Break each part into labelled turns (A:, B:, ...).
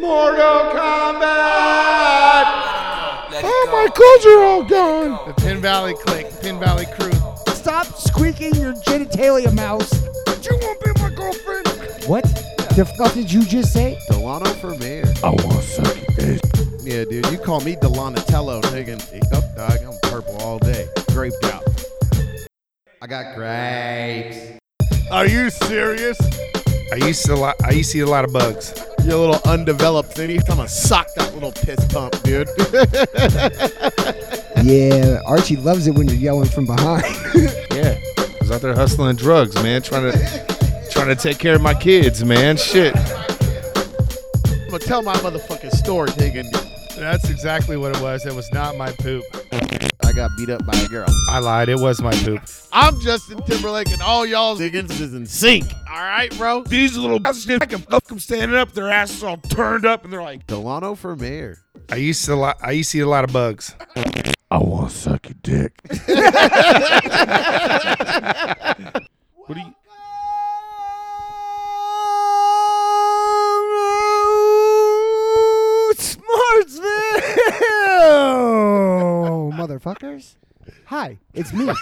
A: Mortal Kombat!
B: Let it
A: Oh,
B: go.
A: my clothes are all gone.
C: The Pin Valley clique, Pin Valley crew.
D: Stop squeaking your genitalia, mouse.
A: But you won't be my girlfriend.
D: What? The fuck did you just say?
C: Delano for mayor.
A: I want to suck your dick.
C: Yeah, dude, you call me Delonatello, nigga. Up, dog, I'm purple all day. Graped out. I got grapes.
A: Are you serious? I used to lot. I used to eat a lot of bugs.
C: You little undeveloped thingy. I'm gonna sock that little piss pump, dude.
D: Yeah, Archie loves it when you're yelling from behind.
A: Yeah, I was out there hustling drugs, man, trying to trying to take care of my kids, man. Shit.
C: I'm gonna tell my motherfucking story, nigga.
E: That's exactly what it was. It was not my poop.
C: I got beat up by a girl.
E: I lied. It was my poop.
C: I'm Justin Timberlake, and all y'all niggas is in sync. All right, bro.
A: These little bastards, I can fuck them standing up. Their asses all turned up, and they're like,
C: Delano for mayor.
E: I used to lot. I used to eat a lot of bugs.
A: "I want to suck your dick." what do you?
D: Smartsville! Oh, Motherfuckers. Hi, it's me.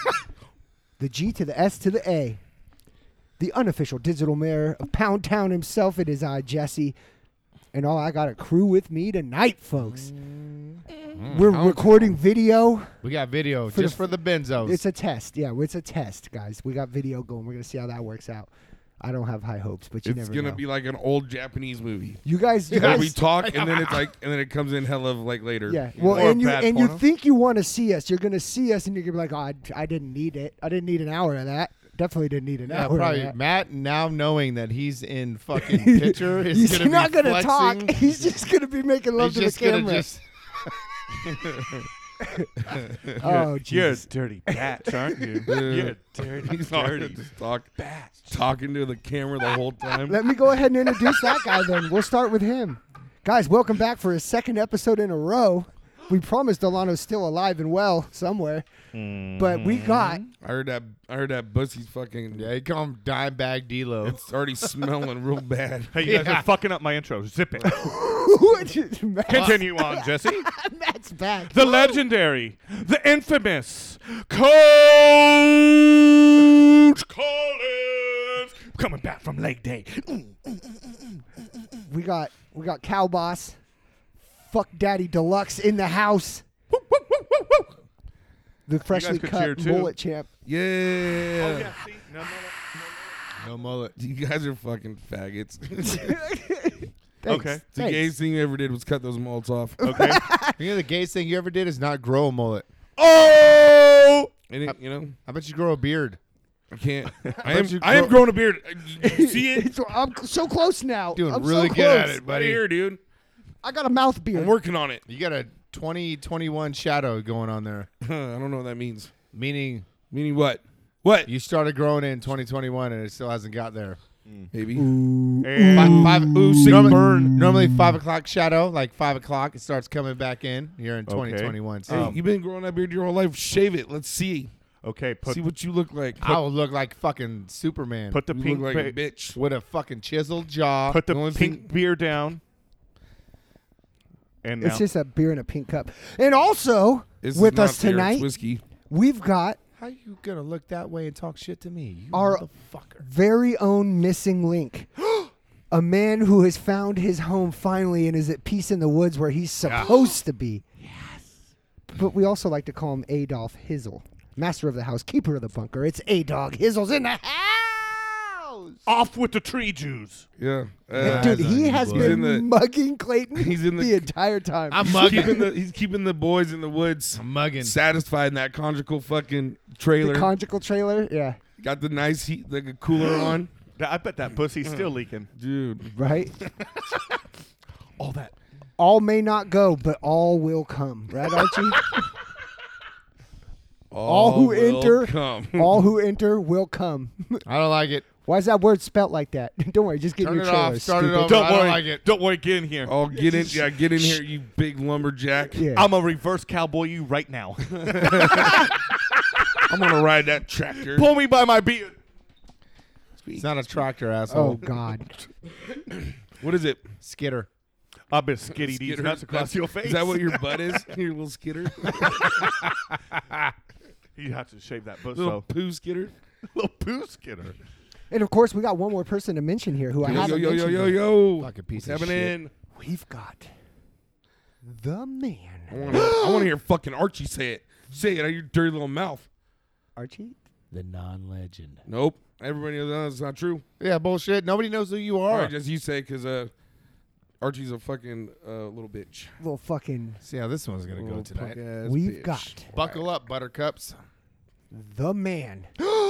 D: The G to the S to the A. The unofficial digital mayor of Pound Town himself, it is I, Jesse. And all I got a crew with me tonight, folks. We're recording video.
E: We got video
D: For
E: just
D: the-
E: for the benzos.
D: It's a test. Yeah, it's a test, guys. We got video going. We're going to see how that works out. I don't have high hopes, but you
F: It's
D: never
F: gonna
D: know.
F: be like an old Japanese movie.
D: you guys, you
F: Where
D: guys
F: we talk and then it's like and then it comes in hell of like later.
D: Yeah.
F: You
D: Well,
F: know, or
D: and you
F: bad
D: and you
F: porno.
D: think you want to see us. You're gonna see us, and you're gonna be like, "Oh, I, I didn't need it. I didn't need an hour of that. Definitely didn't need an
E: yeah,
D: hour."
E: probably
D: of that.
E: Matt. Now knowing that he's in fucking picture, is
D: He's
E: gonna
D: not
E: be
D: gonna
E: flexing.
D: talk. He's just gonna be making love
E: He's
D: to
E: just
D: the
E: gonna
D: camera.
E: just-
D: oh,
F: you're a
D: Jesus.
F: dirty batch, aren't you? You're dirty, dirty just talk, batch. Talking to the camera the whole time.
D: Let me go ahead and introduce that guy. Then we'll start with him. Guys, welcome back for his second episode in a row. We promised Delano's still alive and well somewhere, but we got
F: I heard that. I heard that bussy's fucking.
E: yeah, he call him Dimebag D-Lo.
F: It's already smelling real bad.
G: Hey, you guys are fucking up my intro. Zip it.
D: Matt,
G: Continue on, Jesse.
D: Matt's back.
G: The legendary, the infamous Coach Collins coming back from leg day. Ooh,
D: We got we got Cow Boss, Fuck Daddy Deluxe in the house.
G: woo, woo, woo, woo, woo.
D: The freshly
G: could cheer,
D: cut
G: too.
D: bullet champ.
F: Yeah.
G: Oh, Yeah, see? No, no, no.
E: No mullet.
F: You guys are fucking faggots. it's
D: Thanks.
G: Okay.
F: the
D: Thanks.
F: gayest thing you ever did was cut those molts off.
G: Okay.
E: You know the gayest thing you ever did is not grow a mullet.
F: Oh. And it, you know,
E: I bet you grow a beard.
F: I can't. I
E: bet
F: am.
E: you
F: I am
E: grow-
F: growing a beard. You see it?
D: It's- I'm c- so close now.
E: Doing
D: I'm so
E: really good at
D: close.
E: it,
F: Right
E: buddy.
F: here, dude.
D: I got a mouth
F: I'm
D: beard.
F: working on it.
E: You got a 2021 shadow going on there,
F: I don't know what that means.
E: meaning
F: Meaning what? What?
E: you started growing in 2021 and it still hasn't got there.
F: Maybe.
E: Five,
G: And
E: five,
F: sick
E: normally,
F: burn.
E: normally five o'clock shadow, like five o'clock, it starts coming back in here in
G: Okay.
E: 2021. So
F: Hey, you've been growing that beard your whole life. Shave it. Let's see.
G: okay, put
F: see what you look like.
E: I will look like fucking Superman
G: put the
F: you
G: pink
F: look like a
G: ba-
F: bitch.
E: with a fucking chiseled jaw.
G: put the
E: only
G: pink
E: thing-
G: beer down. And now
D: It's just a beer in a pink cup. And also
F: This is
D: with
F: not
D: us
F: beer, it's
D: tonight,
F: whiskey.
D: we've got
E: How you gonna look that way and talk shit to me? You
D: Our-
E: motherfucker.
D: very own missing link. a man who has found his home finally and is at peace in the woods where he's supposed to be. Yes. But we also like to call him Adolf Hizzle, master of the house, keeper of the bunker. It's Adog Hizzle's in the house.
G: off with the tree Jews.
F: Yeah. Uh,
D: Dude, he has
F: He's
D: been
F: in the-
D: mugging Clayton
F: he's in the-
D: entire time.
E: I'm
F: he's
E: mugging.
F: keeping the he's keeping the boys in the woods
E: I'm mugging.
F: satisfied in that conjugal fucking
D: the
F: trailer.
D: conjugal trailer, yeah,
F: Got the nice heat like a cooler on.
G: Th- I bet that pussy's still leaking.
F: Dude.
D: right.
G: All that.
D: all may not go, but all will come, right, Archie? All who
F: will
D: enter-
F: come.
D: all who enter will come.
E: I don't like it.
D: Why is that word spelt like that? Don't worry, just get
E: Turn
D: in your
E: it
D: trailer.
E: off. Start it
D: stupid.
E: over.
G: Don't
E: Oh, I don't
G: worry.
E: like it.
G: Don't worry. Get in here.
F: Oh, get in, yeah, get in here, you big lumberjack!
D: Yeah.
G: I'm a reverse cowboy you right now.
F: I'm gonna ride that tractor.
G: Pull me by my beard.
E: It's not a tractor,
D: oh
E: asshole.
D: God.
F: What is it?
E: Skitter.
C: I've been skitty these
F: Skitter.
C: nuts across your face.
F: Is that what your butt is? Your little skitter?
C: you have to shave that bush
F: little
C: off?
F: poo skitter?
C: Little poo skitter.
D: And of course, we got one more person to mention here who I
F: Yo, yo,
D: haven't
F: yo, yo,
D: mentioned.
F: yo,
D: yet.
F: yo.
H: Fucking piece
F: What's
H: of shit.
F: happening?
D: We've got the
F: I
D: man,
F: want to hear fucking Archie say it. Say it out of your dirty little mouth.
D: Archie.
B: The non-legend.
F: Nope. Everybody knows that's not true.
E: Yeah, bullshit. Nobody knows who you
F: All
E: are.
F: right, just you say because uh, Archie's a fucking uh, little bitch.
D: Little fucking.
E: See how this one's gonna go
F: Little
E: tonight.
F: punk-ass
D: We've
F: bitch.
D: got
E: Buckle up, buttercups.
D: the man.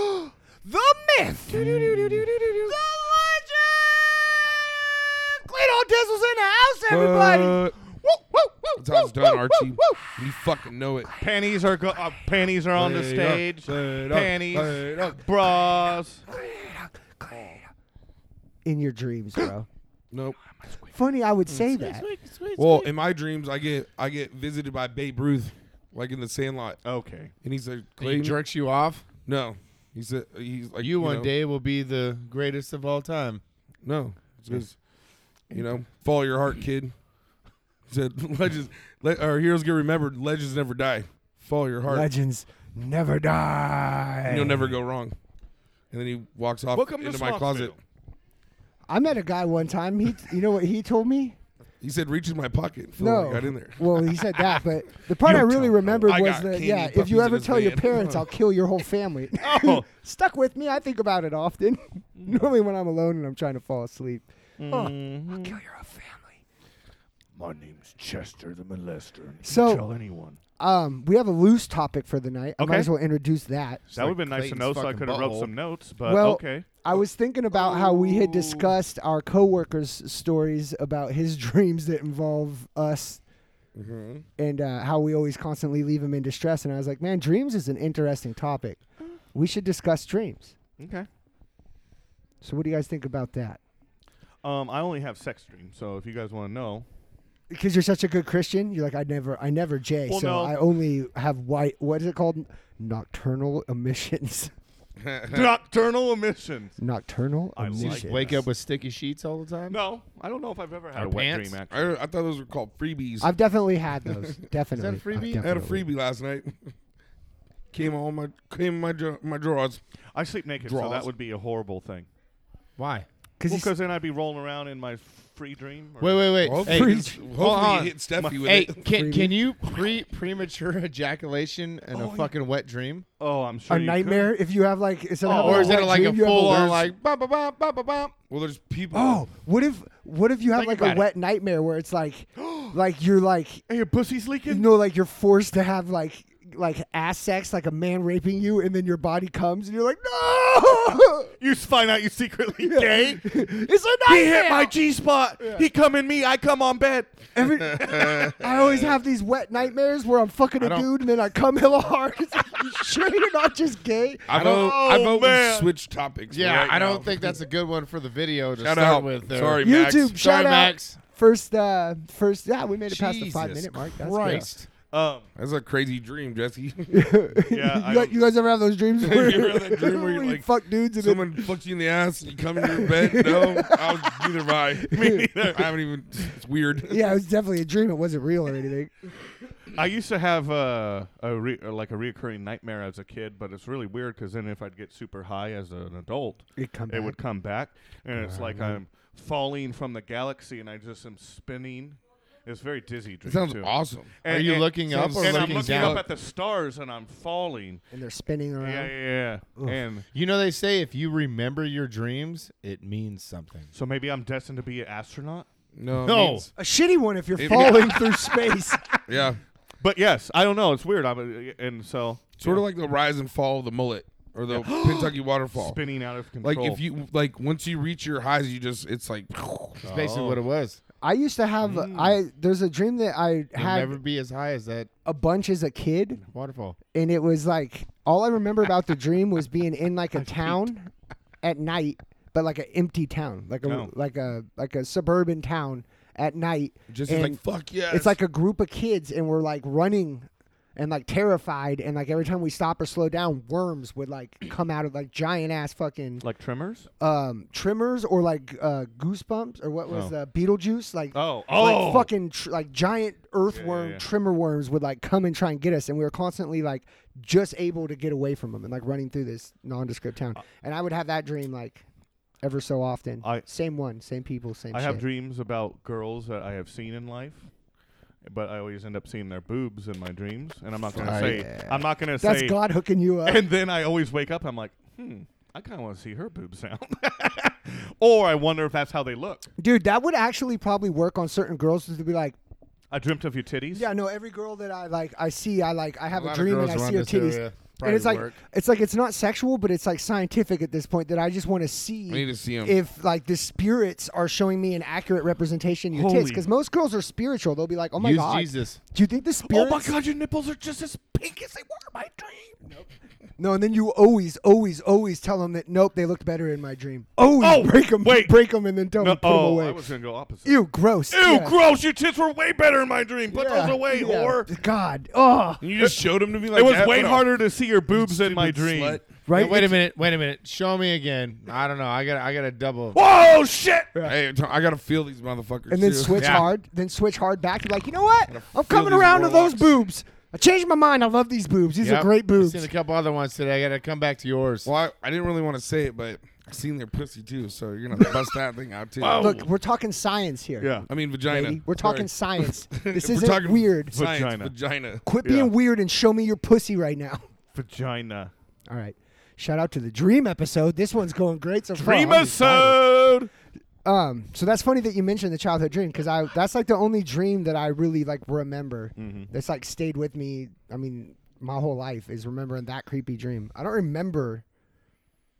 E: The myth. the legend. Clean Tessel's in the house,
F: What? That's how Uh, it's done, Archie. You fucking know it.
C: Panties are go- uh, panties are on the
F: Laid up,
C: stage.
F: laid up,
C: Panties,
F: laid up.
C: bras.
D: In your dreams, bro.
F: Nope.
D: Funny, I would say that.
F: Well, in my dreams, I get I get visited by Babe Ruth, like in the Sandlot, uh,
C: Okay.
F: and he's like,
E: He
F: Clayton,
E: jerks you off.
F: no, he's a, he's like
E: You one
F: know,
E: day will be the greatest of all time.
F: no, it's just you know, follow your heart, kid. He said legends, le- our heroes get remembered. Legends never die. Follow your heart,
D: Legends never die.
F: and you'll never go wrong. And then he walks off
C: Welcome to
F: into my closet.
C: Swampsville.
D: I met a guy one time. He, you know what he told me?
F: He said, reach in my pocket. and Phil
D: No.
F: got in there.
D: Well, he said that, but the part I really remembered
F: I
D: was
F: got
D: that
F: candy
D: yeah, if
F: puppies
D: you
F: in
D: ever
F: his
D: tell your
F: van.
D: parents, I'll kill your whole family.
C: Oh,
D: Stuck with me. I think about it often. Normally when I'm alone and I'm trying to fall asleep. Oh, I'll kill your whole family.
C: my name's Chester the Molester. and if you
D: So-
C: tell anyone.
D: Um, we have a loose topic for the night. I might
C: Okay.
D: as well introduce that.
C: That would have been nice to
E: Clayton's
C: know, so I
E: fucking
C: could have wrote
E: butthole.
C: some notes. But
D: Well,
C: okay,
D: I was thinking about how we had discussed our coworkers' stories about his dreams that involve us
F: Mm-hmm.
D: and uh, how we always constantly leave him in distress. And I was like, man, dreams is an interesting topic. We should discuss dreams.
C: okay.
D: So, what do you guys think about that?
C: Um, I only have sex dreams, so if you guys want to know,
D: Because you're such a good Christian, you're like, I never, I never Jay.
C: Well,
D: so
C: no.
D: I only have white. What is it called? Nocturnal emissions.
C: nocturnal emissions.
D: Nocturnal
C: I like
D: emissions.
C: Yes.
E: Wake up with sticky sheets all the time.
C: No, I don't know if I've ever had
E: Or
C: a wet
E: pants?
C: dream. Actually,
F: I, I thought those were called freebies.
D: I've definitely had those. definitely.
E: a freebie?
D: I've
F: I had a
D: definitely.
F: freebie last night. came on my came in my dra- my drawers.
C: I sleep naked, so
F: Draws.
C: that would be a horrible thing.
E: Why?
D: Because
C: Because then I'd be rolling around in my free dream. or-
E: Wait, wait, wait.
F: Hopefully,
E: Hey,
F: it's-
E: hold
F: hopefully you
E: on.
F: hit Steffi with
E: Hey,
F: it.
E: can, can you pre premature ejaculation and a fucking wet dream,
C: Oh, I'm sure.
D: a
C: you could.
D: nightmare. If you have like, instead of
C: Oh,
D: having
E: or is
D: wet
E: it like a
D: dream, you have
E: full on
D: worst-
E: like bop bop bop bop bop bop?
F: Well, there's people.
D: Oh, what if what if you have
E: Think
D: like
E: about
D: a
E: it.
D: wet nightmare where it's like, like you're like
C: Hey, your pussy's
D: you
C: leaking.
D: know, like you're forced to have like like ass sex, like a man raping you, and then your body comes, and you're like, no,
C: You s- find out you secretly gay.
D: it's a
C: He hit
D: nightmare.
C: my G spot. He come in me. I come on bed.
D: Every- I always have these wet nightmares where I'm fucking a dude, and then I come hella hard. It's like, you sure you're not just gay?
F: I vote. I
C: Oh,
F: vote
C: man.
F: we switch topics.
E: Yeah,
F: right
E: I don't
F: now.
E: think that's a good one for the video to
F: Shout
E: start
F: out.
E: with. There.
F: Sorry, Max.
D: YouTube,
E: Sorry,
D: shout out.
E: Max.
D: First, uh, first, yeah, we made it past the
F: Jesus
D: five minute mark. That's good.
E: Christ.
C: Um,
F: That's a crazy dream, Jesse.
C: yeah. I
D: You, guys,
C: don't-
D: you guys ever have those dreams where,
F: ever had that dream where you're like,
D: fuck dudes and then
F: Someone fucks you in the ass and you come in your bed. No, I was neither of I. Me neither. I haven't even. It's weird.
D: yeah, it was definitely a dream. It wasn't real or anything.
C: I used to have uh, a re- or like a reoccurring nightmare as a kid, but it's really weird because then if I'd get super high as an adult,
D: It come
C: it
D: back.
C: would come back, and it's like I'm falling from the galaxy and I just am spinning. It's a very dizzy dream.
F: It sounds
C: too.
F: awesome.
E: Are you looking up or
C: and I'm
E: looking
C: looking
E: down?
C: up at the stars and I'm falling.
D: and they're spinning around.
C: Yeah, yeah, yeah. And
E: You know they say if you remember your dreams, it means something.
C: so maybe I'm destined to be an astronaut.
F: No. it
E: No.
F: means-
D: A shitty one if you're
F: It-
D: falling through space.
F: yeah.
C: But yes, I don't know. It's weird. I'm a, and so
F: Sort of like the rise and fall of the mullet or the Kentucky waterfall.
C: spinning out of
F: Like
C: control.
F: if you like once you reach your highs, you just it's like
E: That's basically what it was.
D: I used to have I there's a dream that I
E: You'll
D: had
E: never be as high as that
D: a bunch as a kid
E: waterfall.
D: and it was like all I remember about the dream was being in like a town at night but like an empty town like a
C: No.
D: like a like a suburban town at night
F: just
D: and
F: like fuck yeah.
D: it's like a group of kids and we're like running and like terrified and like every time we stop or slow down worms would like come out of like giant ass fucking
C: Like trimmers?
E: Oh,
D: um trimmers or like uh goosebumps or what was
C: Oh.
D: uh, beetlejuice like
C: Oh,
D: like
C: oh!
D: fucking tr- like giant earthworm
C: yeah.
D: trimmer worms would like come and try and get us and we were constantly like just able to get away from them and like running through this nondescript town and i would have that dream like ever so often
C: Uh, I-
D: same one same people same
C: I
D: shit.
C: have dreams about girls that I have seen in life, but I always end up seeing their boobs in my dreams, and I'm not gonna
F: Fuck
C: say. I'm not gonna
D: that's
C: say.
D: god hooking you up
C: And then I always wake up. I'm like, hmm, I kind of want to see her boobs now, or I wonder if that's how they look.
D: dude that would actually probably work on certain girls to be like
C: I dreamt of your titties.
D: Yeah, no. Every girl that I like, I see, I like, I have a,
E: lot of
D: dream and I
E: girls around
D: see her
E: this
D: titties,
E: area
D: and
E: probably
D: it's like,
E: work.
D: it's like it's not sexual, but it's like scientific at this point that I just want to see.
F: I need to see 'em.
D: if like the spirits are showing me an accurate representation of your tits,
C: Holy-
D: because most girls are spiritual. They'll be like, oh my
E: Use
D: god,
E: Jesus.
D: do you think the
C: Oh
D: spirits?
C: my God, your nipples are just as pink as they were in my dream.
D: No, and then you always, always, always tell them that nope, they looked better in my dream. Always
C: Oh,
D: break them,
C: wait.
D: break them, and then tell
C: No,
D: them put 'em
C: oh,
D: away.
C: I was gonna go opposite.
D: Ew, gross.
C: Ew, gross! Your tits were way better in my dream. Put those away, whore.
D: God, oh,
F: And you just showed them to me like
C: It was
F: that?
C: way
F: What a
C: harder to see your boobs
F: stupid
C: in my dream.
F: slut.
D: right?
E: Hey, wait a minute. Wait a minute. Show me again. I don't know. I got. I got a double.
C: Whoa, shit!
F: Hey, t- I gotta feel these motherfuckers.
D: and then
F: too.
D: switch
E: Yeah.
D: hard, then switch hard back. You're like, you know what? I'm
F: feel
D: coming
F: these
D: around to those
F: warlocks.
D: boobs. I changed my mind. I love these boobs. These
E: Yep.
D: are great boobs.
E: I've seen a couple other ones today. I got to come back to yours.
F: Well, I, I didn't really want to say it, but I seen their pussy too, so you're gonna bust that thing out too.
C: Wow.
D: Look, we're talking science here.
C: Yeah.
F: I mean vagina.
D: Baby. We're talking
F: Sorry.
D: science. This
F: We're
D: isn't
F: talking-
D: weird.
F: Science,
C: Vagina.
F: Vagina.
D: Quit
C: Yeah.
D: being weird and show me your pussy right now.
C: Vagina.
D: All right. Shout out to the dream episode. This one's going great so far. I'm excited.
C: Dreamasode!
D: Um, so that's funny that you mentioned the childhood dream because I that's like the only dream that I really like remember that's like stayed with me. I mean, my whole life is remembering that creepy dream. I don't remember.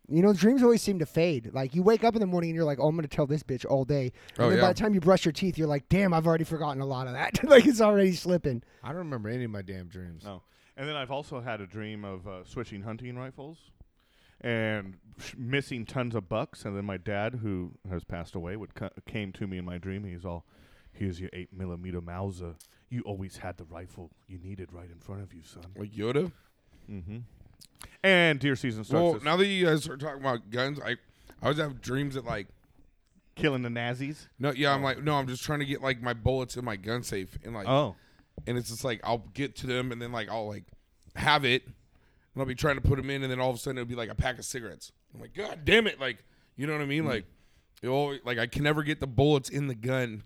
D: You know, dreams always seem to fade. Like you wake up in the morning and you're like, "Oh, I'm gonna tell this bitch all day." And
F: Oh,
D: then
F: yeah.
D: by the time you brush your teeth, you're like, "Damn, I've already forgotten a lot of that. like it's already slipping."
E: I don't remember any of my damn dreams.
C: No. And then I've also had a dream of uh, switching hunting rifles and sh- missing tons of bucks. And then my dad, who has passed away, would co- came to me in my dream. He's all, "Here's your eight millimeter Mauser. You always had the rifle you needed right in front of you, son."
F: Like Yoda.
C: Mm-hmm. And deer season starts.
F: Well,
C: this-
F: now that you guys are talking about guns, I I always have dreams that like
C: killing the Nazis.
F: no, yeah, I'm like no, I'm just trying to get like my bullets in my gun safe, and like,
C: Oh,
F: and it's just like I'll get to them, and then like I'll like have it, and I'll be trying to put them in, and then all of a sudden it'll be like a pack of cigarettes. I'm like, God damn it! Like, you know what I mean? Like, it always, like I can never get the bullets in the gun.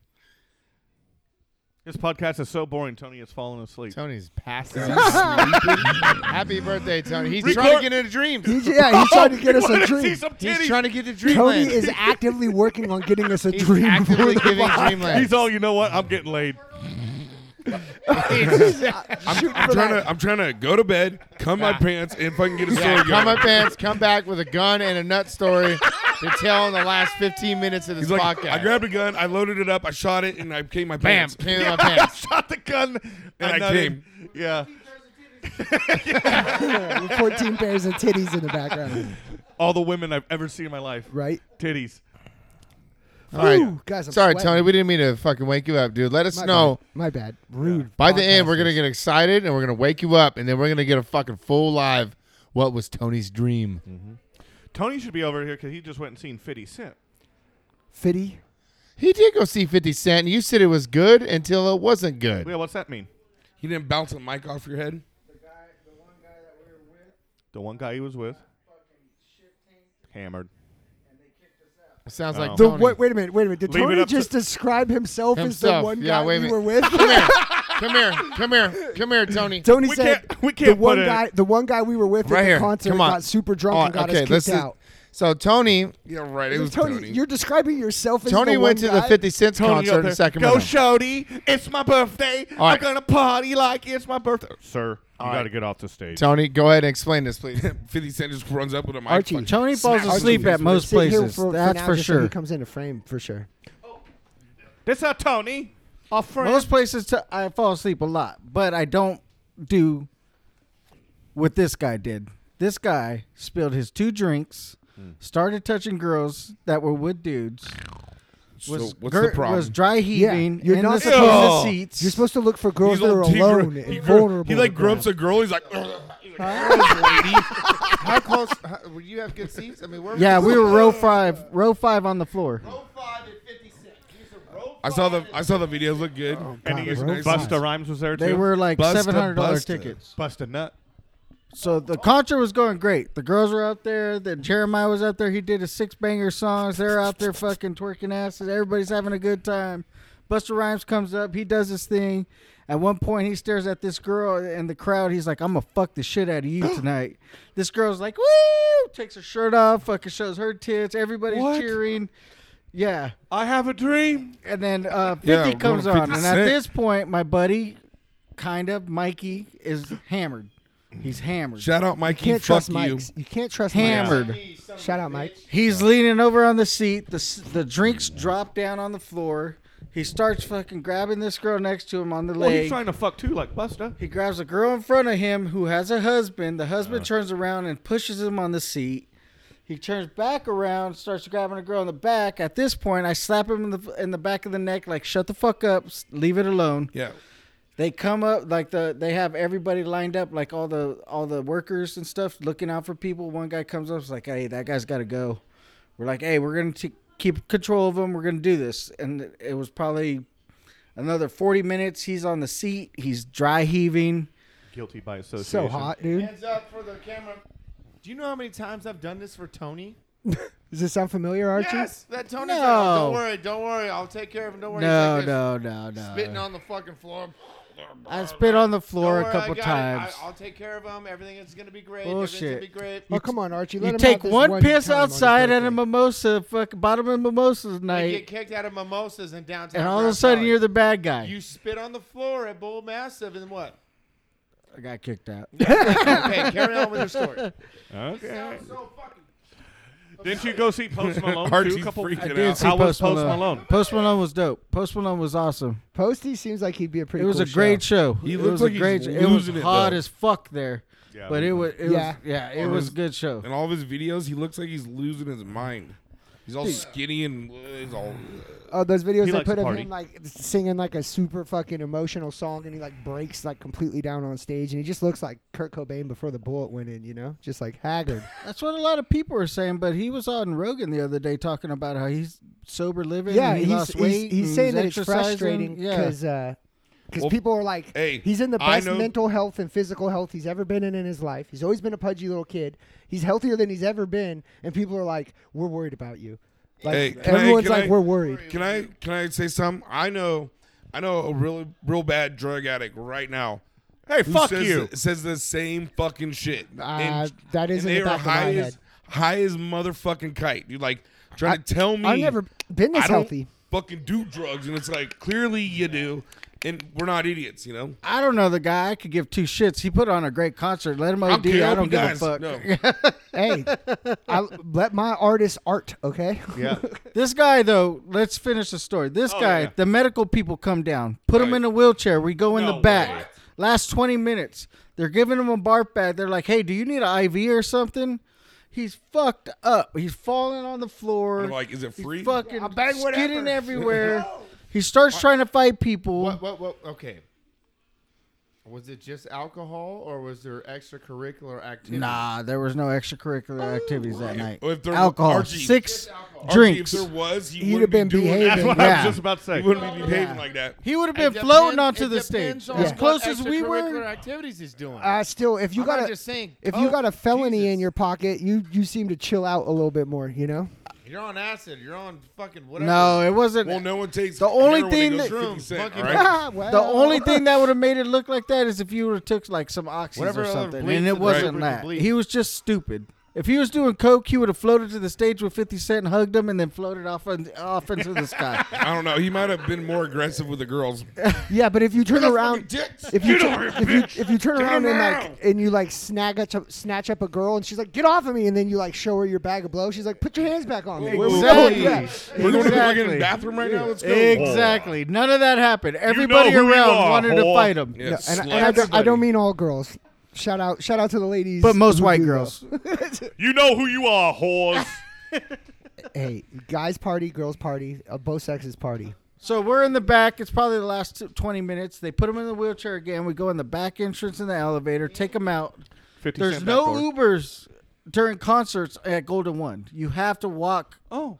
C: this podcast is so boring. Tony has fallen asleep.
E: Tony's passing. Happy birthday, Tony. He's trying to get into dreams.
D: He's, yeah, he's trying to get us
C: Wanna
D: a
C: see
D: dream.
C: some
E: He's
C: titties?
E: trying to get to
D: Tony
E: dreamland.
D: is actively working on getting us a
E: He's
D: dream.
E: actively giving dreamland.
C: He's all, you know what? I'm getting laid.
D: Shoot
F: I'm
D: for
F: trying
D: that.
F: to I'm trying to go to bed, cum my pants, and fucking get a
E: Yeah,
F: story
E: come
F: going.
E: up pants, come back with a gun and a nut story to tell in the last 15 minutes of this
F: He's like,
E: podcast.
F: I grabbed a gun, I loaded it up, I shot it, and I came my
E: Bam,
F: pants.
E: came in my
C: I
E: pants.
C: shot the gun
F: And I
C: nutted.
F: came.
C: Yeah.
D: 14 pairs of titties in the background,
C: All the women I've ever seen in my life.
D: right?
C: Titties.
E: All right.
D: Ooh, guys, I'm
E: Sorry,
D: sweating.
E: Tony. We didn't mean to fucking wake you up, dude. Let us
D: My
E: know.
D: bad. My bad. Rude.
E: By the end, we're
D: podcasters.
E: going to get excited and we're going to wake you up and then we're going to get a fucking full live. What was Tony's dream?
D: Mm-hmm.
C: Tony should be over here because he just went and seen 50 Cent.
D: Fitty.
E: Oh, He did go see 50 Cent and you said it was good until it wasn't good.
C: Yeah, what's that mean?
F: He didn't bounce the mic off your head.
C: The one guy he was with. Hammered.
E: Sounds
C: Oh.
E: like
D: The
E: Tony.
D: wait, wait a minute, wait a minute. Did
C: Leave it
D: Tony
C: up to-
D: just describe himself, as
E: Himself.
D: the one
E: Yeah,
D: guy
E: wait a
D: you
E: minute.
D: were with?
E: Come here. Come here. Come here, Tony.
D: Tony
C: We
D: said
C: can't- we can't
D: the one
C: put it-
D: guy, the one guy we were with
E: Right
D: at the
E: here.
D: concert
E: Come on.
D: got super drunk
E: Oh,
D: and got
E: okay,
D: us
E: this
D: kicked
E: is-
D: out.
E: So Tony,
F: Yeah, right. It was
D: Tony,
F: Tony.
D: you're describing yourself as
E: Tony
D: the
E: went
D: one
E: to the
D: guy?
E: 50 Cent
C: Tony up
E: concert
C: there,
E: in Sacramento.
C: Go, Shody. It's my birthday.
E: All right.
C: I'm going to party like it's my birthday. Sir, you
E: right.
C: got to get off the stage.
E: Tony, go ahead and explain this, please.
F: 50 Cent just runs up with a mic.
D: Archie.
F: fucking
I: Tony falls
F: snaps
I: asleep
F: his
I: at
F: face.
I: most
D: Sit here
I: places.
D: for,
I: That's
D: now,
I: for
D: just so
I: sure.
D: he comes into frame for sure.
C: That's not Tony. Our friend.
I: Most places t- I fall asleep a lot, but I don't do what this guy did. This
F: Hmm.
I: guy spilled his two drinks, started touching girls that were with dudes, was
F: so what's
I: gir-
F: the problem?
I: was dry heaving
D: you're
I: in
D: not
I: the,
D: supposed
I: in the
F: to-
I: seats.
D: You're supposed to look for girls
F: He's
D: that are
F: old T. Gro-
D: alone
F: he
D: and
F: grew-
D: vulnerable.
F: He like
D: to
F: gropes a girl. He's like, he's like,
H: How close? How,
E: uh,
H: would you have good seats? I mean, where
I: yeah, we were row five, row five on the floor.
F: I saw the I saw the videos look good.
C: And he,
D: Oh, God, bro.
C: Busta Rhymes was there too.
I: They were like
F: Busta
I: seven hundred dollar
F: Busta.
I: tickets.
C: Busta Nut.
I: So the concert was going great. The girls were out there. Then Jeremiah was out there. He did his six banger songs. They're out there fucking twerking asses. Everybody's having a good time. Buster Rhymes comes up. He does his thing. At one point, he stares at this girl in the crowd. He's like, "I'm gonna fuck the shit out of you tonight." this girl's like, "Woo!" Takes her shirt off. Fucking shows her tits. Everybody's
C: What?
I: cheering. Yeah.
C: I have a dream.
I: And then uh, 50
F: Yeah, we're
I: comes
F: on
I: on. And at
F: 56.
I: this point, my buddy, kind of, Mikey, is hammered. He's hammered.
F: Shout out Mikey.
D: can't
F: fuck
D: trust
F: you.
D: Mike's. You can't trust
I: hammered.
D: Mike's. Shout out, Mike.
I: He's leaning over on the seat. The, s- the drinks drop down on the floor. He starts fucking grabbing this girl next to him on the
C: Well,
I: leg.
C: he's trying to fuck too, like Busta.
I: he grabs a girl in front of him who has a husband. The
C: Uh.
I: husband turns around and pushes him on the seat. He turns back around, starts grabbing a girl in the back. At this point, I slap him in the in the back of the neck, like "Shut the fuck up, s- leave it alone."
F: Yeah.
I: They come up like the they have everybody lined up, like all the all the workers and stuff looking out for people. One guy comes up, is like, "Hey, that guy's got to go." We're like, "Hey, we're gonna t- keep control of him. We're gonna do this." And it was probably another forty minutes. He's on the seat. He's dry heaving.
C: Guilty by association.
D: So hot, dude.
H: Hands up for the camera. Do you know how many times I've done this for Tony?
D: Does this sound familiar, Archie?
H: Yes, that Tony's
I: No.
H: like, oh, don't worry, don't worry, I'll take care of him. Don't worry. He's
I: No,
H: like this,
I: no, no, no.
F: Spitting on the fucking floor.
I: I spit on the
H: "Don't
I: floor
H: worry,
I: a couple
H: I got it.
I: times.
H: I, will take care of him. Everything is gonna be great.
I: Bullshit.
H: Everything's gonna be great.
D: Oh, come on, Archie. Let
I: you
D: him
I: take
D: have this
I: one, piss
D: time on his
I: outside at
D: birthday.
I: a mimosa, fuck bottom of mimosas
H: You get
I: night,
H: kicked out of mimosas in downtown.
I: and all of a
H: Grand
I: sudden
H: Valley.
I: you're the bad guy.
H: you spit on the floor at Bull Massive, and what?
I: I got kicked out.
H: Okay, carry on with your story.
C: Okay. Didn't you go see Post Malone
F: Archie's
C: too? A couple
F: freaking
I: I
F: Get
I: did
F: out.
I: see
C: How was
I: Post,
C: Post
I: Malone.
C: Malone?
I: Post Malone was dope. Post Malone was awesome.
D: Posty seems like he'd be a pretty.
I: it was
D: cool
I: a great show.
F: He
I: it
F: looks
I: was
F: like
I: a
F: he's
I: great. show. It was
F: losing it,
I: hot
F: though.
I: as fuck there,
C: Yeah,
I: but it was. It
D: Yeah.
I: was yeah. It was a good show.
F: In all of his videos, he looks like he's losing his mind. He's all skinny and uh, he's all.
D: Oh, those videos
C: He
D: they
C: likes to
D: put of
C: party.
D: him like singing like a super fucking emotional song, and he like breaks like completely down on stage, and he just looks like Kurt Cobain before the bullet went in, you know, just like haggard.
I: That's what a lot of people were saying. But he was on Rogan the other day talking about how he's sober living.
D: yeah,
I: and he
D: he's
I: lost
D: he's,
I: weight.
D: he's
I: and
D: saying that it's
I: exercising.
D: frustrating
I: Yeah,
D: because because
F: Well,
D: people are like,
F: hey,
D: he's in the
F: I
D: best
F: know-
D: mental health and physical health he's ever been in in his life. He's always been a pudgy little kid. He's healthier than he's ever been, and people are like, we're worried about you. Like
F: Hey, can I-
D: everyone's
F: can
D: like,
F: I-
D: we're worried.
F: Can I can I say something? I know, I know a really real bad drug addict right now.
C: Hey,
F: who
C: fuck
F: says
C: you.
F: The, says the same fucking shit.
D: Uh, that is
F: and
D: in
F: they
D: the
F: are
D: back of my
F: high
D: head.
F: as high as motherfucking kite. You like trying to tell me
D: I've never been this
F: I don't
D: healthy.
F: Fucking do drugs, and it's like clearly you do, and we're not idiots, you know.
I: I don't know the guy. I could give two shits. He put on a great concert. Let him OD.
F: I'm
I: I don't give a
F: guys.
I: fuck.
F: No.
D: hey, I, let my artist art, okay?
C: Yeah.
I: This guy, though, let's finish the story. This
C: Oh,
I: guy,
C: yeah.
I: the medical people come down, put him
F: Right.
I: in a wheelchair. We go in
C: No
I: the back.
C: way.
I: Last 20 minutes, they're giving him a barf bag. They're like, hey, do you need an IV or something? He's fucked up. He's falling on the floor.
F: I'm like, is it
I: He's
F: free?
I: fucking
H: bag whatever.
I: skidding everywhere. He starts trying to fight people.
H: What, what, what, okay. Was it just alcohol, or was there extracurricular activity?
I: Nah, there was no extracurricular activities that night.
F: If there-
I: alcohol,
F: Archie,
I: six
F: Archie,
I: drinks.
F: if there was, he
D: He'd
F: would
D: have been
F: be doing
D: behaving.
C: That's
F: That.
C: what I
I: Yeah.
C: was just about to say.
F: He wouldn't be behaving like that.
I: he would have
H: It
I: been
H: depends-
I: floating onto
H: it
I: the stage.
H: depends on
I: As
H: what
I: close as we
H: extracurricular
I: were,
H: activities he's doing.
D: Uh, still, if you
H: I'm
D: got
H: not
D: a,
H: just saying,
D: if you
H: oh,
D: got a felony in
H: Jesus.
D: your pocket, you you seem to chill out a little bit more, you know?
H: You're on acid. You're on fucking whatever.
I: no, it wasn't.
F: Well, no one takes
I: The only
F: heroin
I: thing
F: and
I: that-
F: goes 50 cent,
H: Monkey
F: all right?
D: Well,
I: The only thing that would have made it look like that is if you would have took like some oxys
H: Whatever
I: or
H: other
I: something,
H: bleeps
I: and
H: that
I: it
H: they
I: wasn't
H: would
I: that.
H: bleep.
I: He was just stupid. If he was doing coke, he would have floated to the stage with Fifty Cent, hugged him, and then floated off in, off into the sky.
F: I don't know. He might have been more aggressive with the girls.
D: yeah, but if you turn
F: Fucking
D: around,
F: dicks.
D: if you,
F: Get
D: tu-
F: over here,
D: if you
F: bitch.
D: if you turn
F: Get
D: around and
F: around.
D: like and you like snag up snatch up a girl and she's like, get off of me, and then you like show her your bag of blow, she's like, put your hands back on me.
F: Whoa, whoa, whoa.
I: Exactly.
D: Yeah.
F: We're going to the
I: Exactly.
F: fucking bathroom right now. Let's go.
I: exactly. None of that happened. Everybody
C: who you
I: around
C: are,
I: wanted to
C: whore.
I: fight him,
F: Yeah,
D: No, and, I- and I,
F: slut.
D: don't, I don't mean all girls. Shout out, shout out to the ladies,
I: but most
D: who
I: white
D: do, though.
I: girls.
C: You know who you are, whores.
D: hey, guys party, girls party, uh, both sexes party.
I: So we're in the back. It's probably the last t- 20 minutes. They put him in the wheelchair again. We go in the back entrance in the elevator, take him out.
C: 50
I: There's
C: cent
I: no
C: backdoor.
I: Ubers during concerts at Golden One. You have to walk. Oh.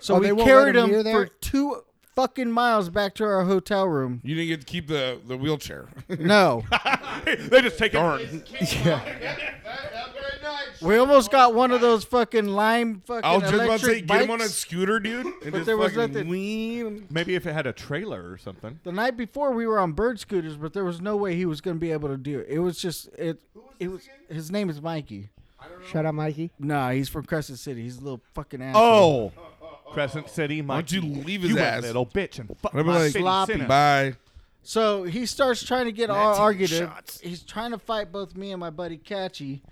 I: So
D: Oh, they
I: we
D: won't let
I: carried
D: him
I: him
D: near there?
I: for two fucking miles back to our hotel room.
F: You didn't get to keep the, the wheelchair.
I: No.
C: They just take it.
I: we almost got one of those fucking lime fucking
F: I was just about to say,
I: electric
F: get him on a
I: bikes.
F: scooter, dude. And
I: But
F: just
I: there was
F: fucking
I: nothing.
F: lean.
C: Maybe if it had a trailer or something.
I: The night before we were on bird scooters, but there was no way he was going to be able to do it. It was just it. It was his name is Mikey.
D: Shout out, Mikey.
I: Nah, he's from Crescent City. He's a little fucking asshole.
C: Oh, Crescent City, Mike.
F: don't you leave his
C: you
F: ass?
C: a little bitch and fuck
F: I'd be
C: my
F: like,
C: city
I: sloppy.
C: sinner.
F: Bye.
I: So he starts trying to get all argumentative. He's trying to fight both me and my buddy Catchy.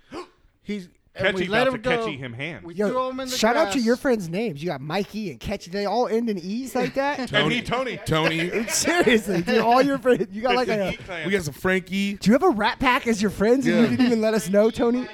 I: He's and we
C: Catchy
I: let
C: about
I: him
C: to
I: go.
C: catchy him hand.
I: We
D: Yo,
I: threw him in the
D: shout out to
I: grass.
D: your friends' names. You got Mikey and Catchy. They all end in E's like that.
C: And he, Tony.
F: Tony.
D: Seriously, dude, all your friends. You got like a.
F: we got some Frankie.
D: Do you have a Rat Pack as your friends and you
F: Yeah.
D: didn't even let us know, Tony?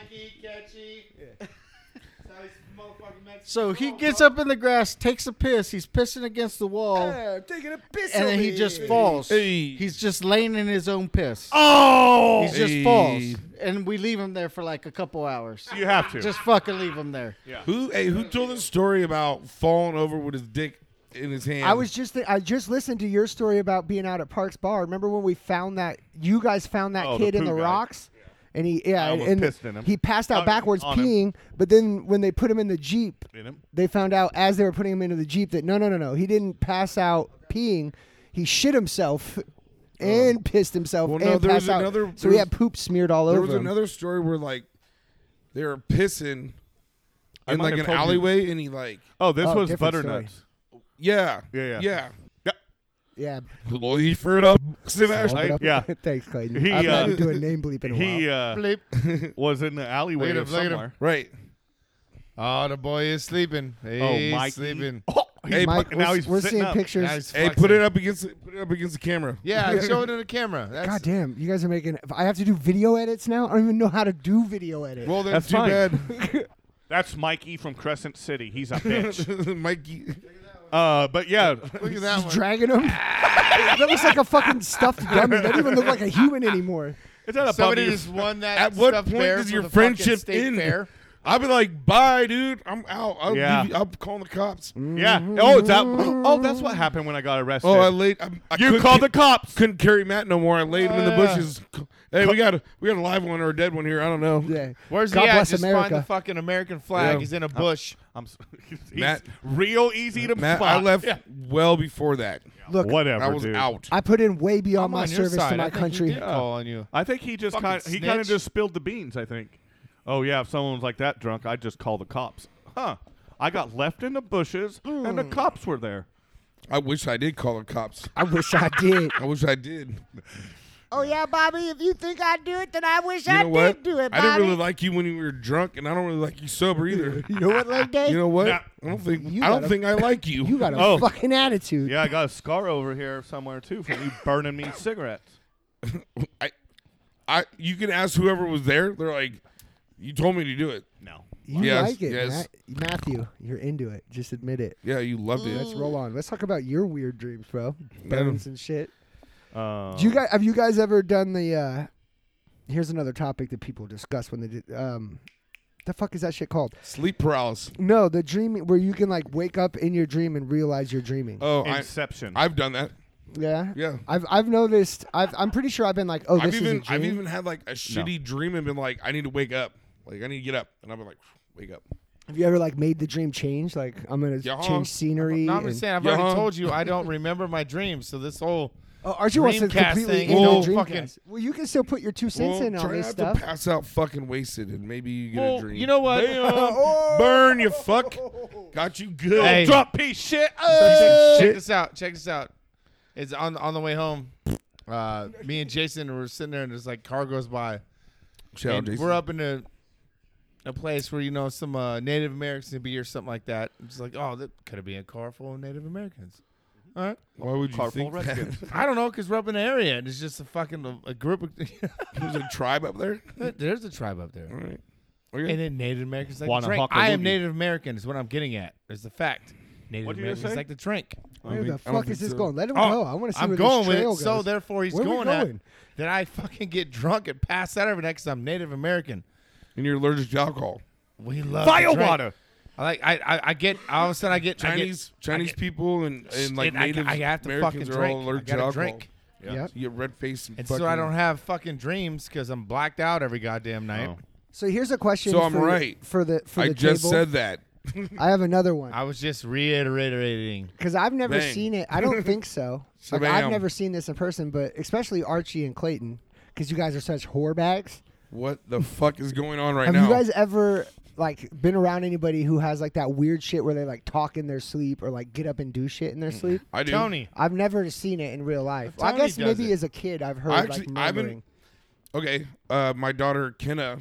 I: So he gets up in the grass, takes a piss. He's pissing against the wall,
D: taking a piss.
I: and then he just falls.
F: Hey.
I: He's just laying in his own piss.
C: Oh,
I: He just
F: Hey.
I: falls, and we leave him there for like a couple hours.
C: you have to.
I: Just fucking leave him there.
F: Who hey, who told the story about falling over with his dick in his hand?
D: I was just th- I just listened to your story about being out at Parks Bar. Remember when we found that you guys found that
C: Oh, the
D: kid in
C: poo
D: the
C: guy.
D: rocks? And he yeah,
C: I almost
D: and
C: pissed in him.
D: he passed
C: Oh,
D: out backwards
C: on him.
D: peeing, but then when they put him in the Jeep,
C: In him.
D: they found out as they were putting him into the Jeep that no no no no, he didn't pass out peeing. He shit himself and pissed himself
F: Well,
D: and
F: no, there was
D: passed out.
F: another-
D: so
F: there
D: he
F: was-
D: had poop smeared all
F: there
D: over
F: was
D: him.
F: another story where like they were pissing
C: I
F: in
C: might
F: like
C: have
F: an
C: told you.
F: alleyway and he like
C: Oh, this
D: Oh,
C: was
D: different story.
C: butternuts.
F: Yeah.
C: Yeah, yeah.
F: Yeah.
D: yeah.
F: Well, he threw it up. His ass.
D: Hold it
C: I-
D: up.
C: yeah.
D: Thanks, Clayton.
C: He,
D: I've
C: uh,
D: had to do a name bleep in a while.
C: He uh,
I: Bleep.
C: was in the alleyway
E: Look at
C: of
E: him, look at him.
C: somewhere.
F: Right.
E: Oh, the boy is sleeping.
C: Oh,
E: He's
C: Mike.
E: sleeping.
C: Oh,
F: Hey,
C: hey,
D: Mike,
C: Mike, now
D: we're-
C: he's
D: we're
C: sitting
D: seeing
C: up.
D: pictures.
E: Now he's
F: Hey, put
E: flexing.
F: it up against put it up against the camera.
E: Yeah, show it to the camera. That's,
D: God damn, you guys are making. if I have to do video edits now. I don't even know how to do video edit.
F: Well, then
C: That's
F: too
C: fine.
F: bad,
C: That's Mikey from Crescent City. He's a bitch.
F: Mikey.
C: uh, but yeah,
E: Look at that one.
D: dragging him. that looks like a fucking stuffed dummy. That doesn't even look like a human anymore.
C: is that a
E: Somebody
C: bummy?
E: just won that.
F: At what
E: stuffed
F: point
E: bear
F: does
E: for
F: your
E: the fucking
F: friendship
E: state
F: end?
E: fair.
F: I'd be like, bye, dude. I'm out. I'll
C: Yeah.
F: leave you. I'm calling the cops.
E: Mm.
C: Yeah. Oh, is that? Oh, that's what happened when I got arrested.
F: Oh, I laid. I, I
C: you
F: couldn't
C: called
F: ca-
C: the cops.
F: Couldn't carry Matt no more. I laid
D: Uh,
F: him in the
E: Yeah.
F: bushes. Hey, we got a we got a live one or a dead one here. I don't know.
D: Yeah.
E: Where's
D: God
E: he at?
D: bless
E: just
D: America.
E: find the fucking American flag.
F: Yeah. Uh,
E: He's in a bush.
C: I'm s- he's
F: Matt-
C: real easy to
F: Matt,
C: spot.
F: I left
C: Yeah.
F: well before that.
D: Look,
C: Whatever,
F: I was
C: dude.
F: out.
D: I put in way beyond
E: I'm
D: my
E: on your
D: service
E: side.
D: to
E: I
D: my
E: think he
D: country.
E: did call on you.
C: I think he just
E: Fucking
C: kind he kind of
E: snitch.
C: just spilled the beans. I think. Oh yeah, if someone was like that drunk, I'd just call the cops. Huh? I got left in the bushes, and the cops were there.
F: I wish I did call the cops.
D: I wish I did.
F: I wish I did.
D: oh yeah, Bobby. If you think I'd do it, then I wish
F: You know what? I didn't really like you when you were drunk, and I don't really like you sober either.
D: you know what, Leg Day?
F: You know what?
C: Nah.
F: I don't think
D: You
F: I don't
D: gotta-
F: think I like you.
D: You got a
C: Oh.
D: fucking attitude.
C: Yeah, I got a scar over here somewhere too from you burning me cigarettes.
F: I, I you can ask whoever was there. They're like, you told me to do it.
C: No.
D: You
F: Yes,
D: like it,
F: yes.
D: Matt. Matthew? You're into it. Just admit it.
F: Yeah, you loved it.
D: Let's roll on. Let's talk about your weird dreams, bro. Bones and shit.
C: Uh,
E: Um,
D: Do you guys have you guys ever done the? uh Here's another topic that people discuss when they did. Um, the fuck is that shit called?
F: Sleep paralysis.
D: No, the dreaming where you can like wake up in your dream and realize you're dreaming.
F: Oh, I,
C: Inception.
F: I've done that.
D: yeah,
F: yeah.
D: I've I've noticed. I've, I'm pretty sure I've been like, oh, this
F: I've
D: is a
F: even
D: dream.
F: I've even had like a shitty dream and been like, I need to wake up. Like I need to get up, and I've been like, wake up.
D: have you ever like made the dream change? Like I'm gonna
F: Yeah.
D: change scenery.
E: No, I'm
D: and-
E: just saying. I've
F: Yeah,
E: already
F: huh?
E: told you I don't remember my dreams. So this whole
D: oh, Archie wants to
E: Dreamcast
D: completely
E: thing.
D: end
E: Well,
D: Dreamcast.
E: fucking-
D: Well, you can still put your two cents
F: Well,
D: in on
F: try
D: this
F: not
D: stuff.
F: to pass out fucking wasted, and maybe you get
E: Well,
F: a dream.
E: you know what?
F: Bam! burn you fuck. Got you good.
E: Hey.
C: Drop piece shit. Ah.
F: Oh!
E: check this out. Check this out. It's on on the way home. Uh, me and Jason were sitting there, and it's like car goes by.
F: Shout out,
E: And
F: Jason.
E: We're up in a a place where you know some uh, Native Americans to be or something like that. It's like, oh, that could have been a car full of Native Americans. All right,
F: Why would you
C: Carpool
F: think that?
C: Redskins.
E: I don't know, cause we're up in the area, and it's just a fucking a, group of.
F: There's a tribe up there. Oh,
E: There's a tribe up there.
F: All right. Okay.
E: And then Native Americans like
C: Wanna
E: to drink.
C: hawk a
E: I am
C: loogie.
E: Native American is what I'm getting at. It's the fact. Native
C: What'd you just
E: Americans
C: say?
E: like to drink.
D: Where the
F: think- I don't
D: fuck is
F: think
D: this
F: so.
D: going? Let him go.
E: Oh,
D: I want to see
E: I'm
D: where
E: going
D: this
E: with it.
D: trail goes.
E: So therefore, he's
D: Where we
E: going,
D: going?
E: at that I fucking get drunk and pass out every night because I'm Native American.
F: And you're allergic to alcohol.
E: We love to
C: Fire
E: drink.
C: water.
E: I like. I, I I get all of a sudden I get I get-
F: Chinese
E: I
F: Chinese
E: get-
F: people and, and like
E: and I-
F: Native
E: I have to
F: Americans
E: fucking
F: are
E: drink.
F: all
E: I
F: allergic to
E: gotta
F: alcohol.
E: drink.
F: Yeah.
D: Yep.
F: So you get red face and,
E: And
F: fucking,
E: so I don't have fucking dreams because I'm blacked out every goddamn night.
C: Oh.
D: So here's a question.
F: So I'm
D: for,
F: right.
D: for the for
F: I
D: the
F: just
D: table.
F: said that.
D: I have another one
E: I was just reiterating.
D: because I've never
F: Bang.
D: seen it. I don't think so. Like, I've
F: Shabam.
D: never seen this in person, but especially Archie and Clayton, because you guys are such whore bags.
F: What the fuck is going on right
D: Have
F: now?
D: you guys ever like been around anybody who has like that weird shit where they like talk in their sleep or like get up and do shit in their sleep?
F: I do.
E: Tony,
D: I've never seen it in real life.
E: Well,
D: I
E: Tony
D: guess
E: does
D: maybe
E: it.
D: as a kid I've heard
F: I actually-
D: like
F: I've been-
D: murmuring.
F: Okay. Uh, my daughter Kenna,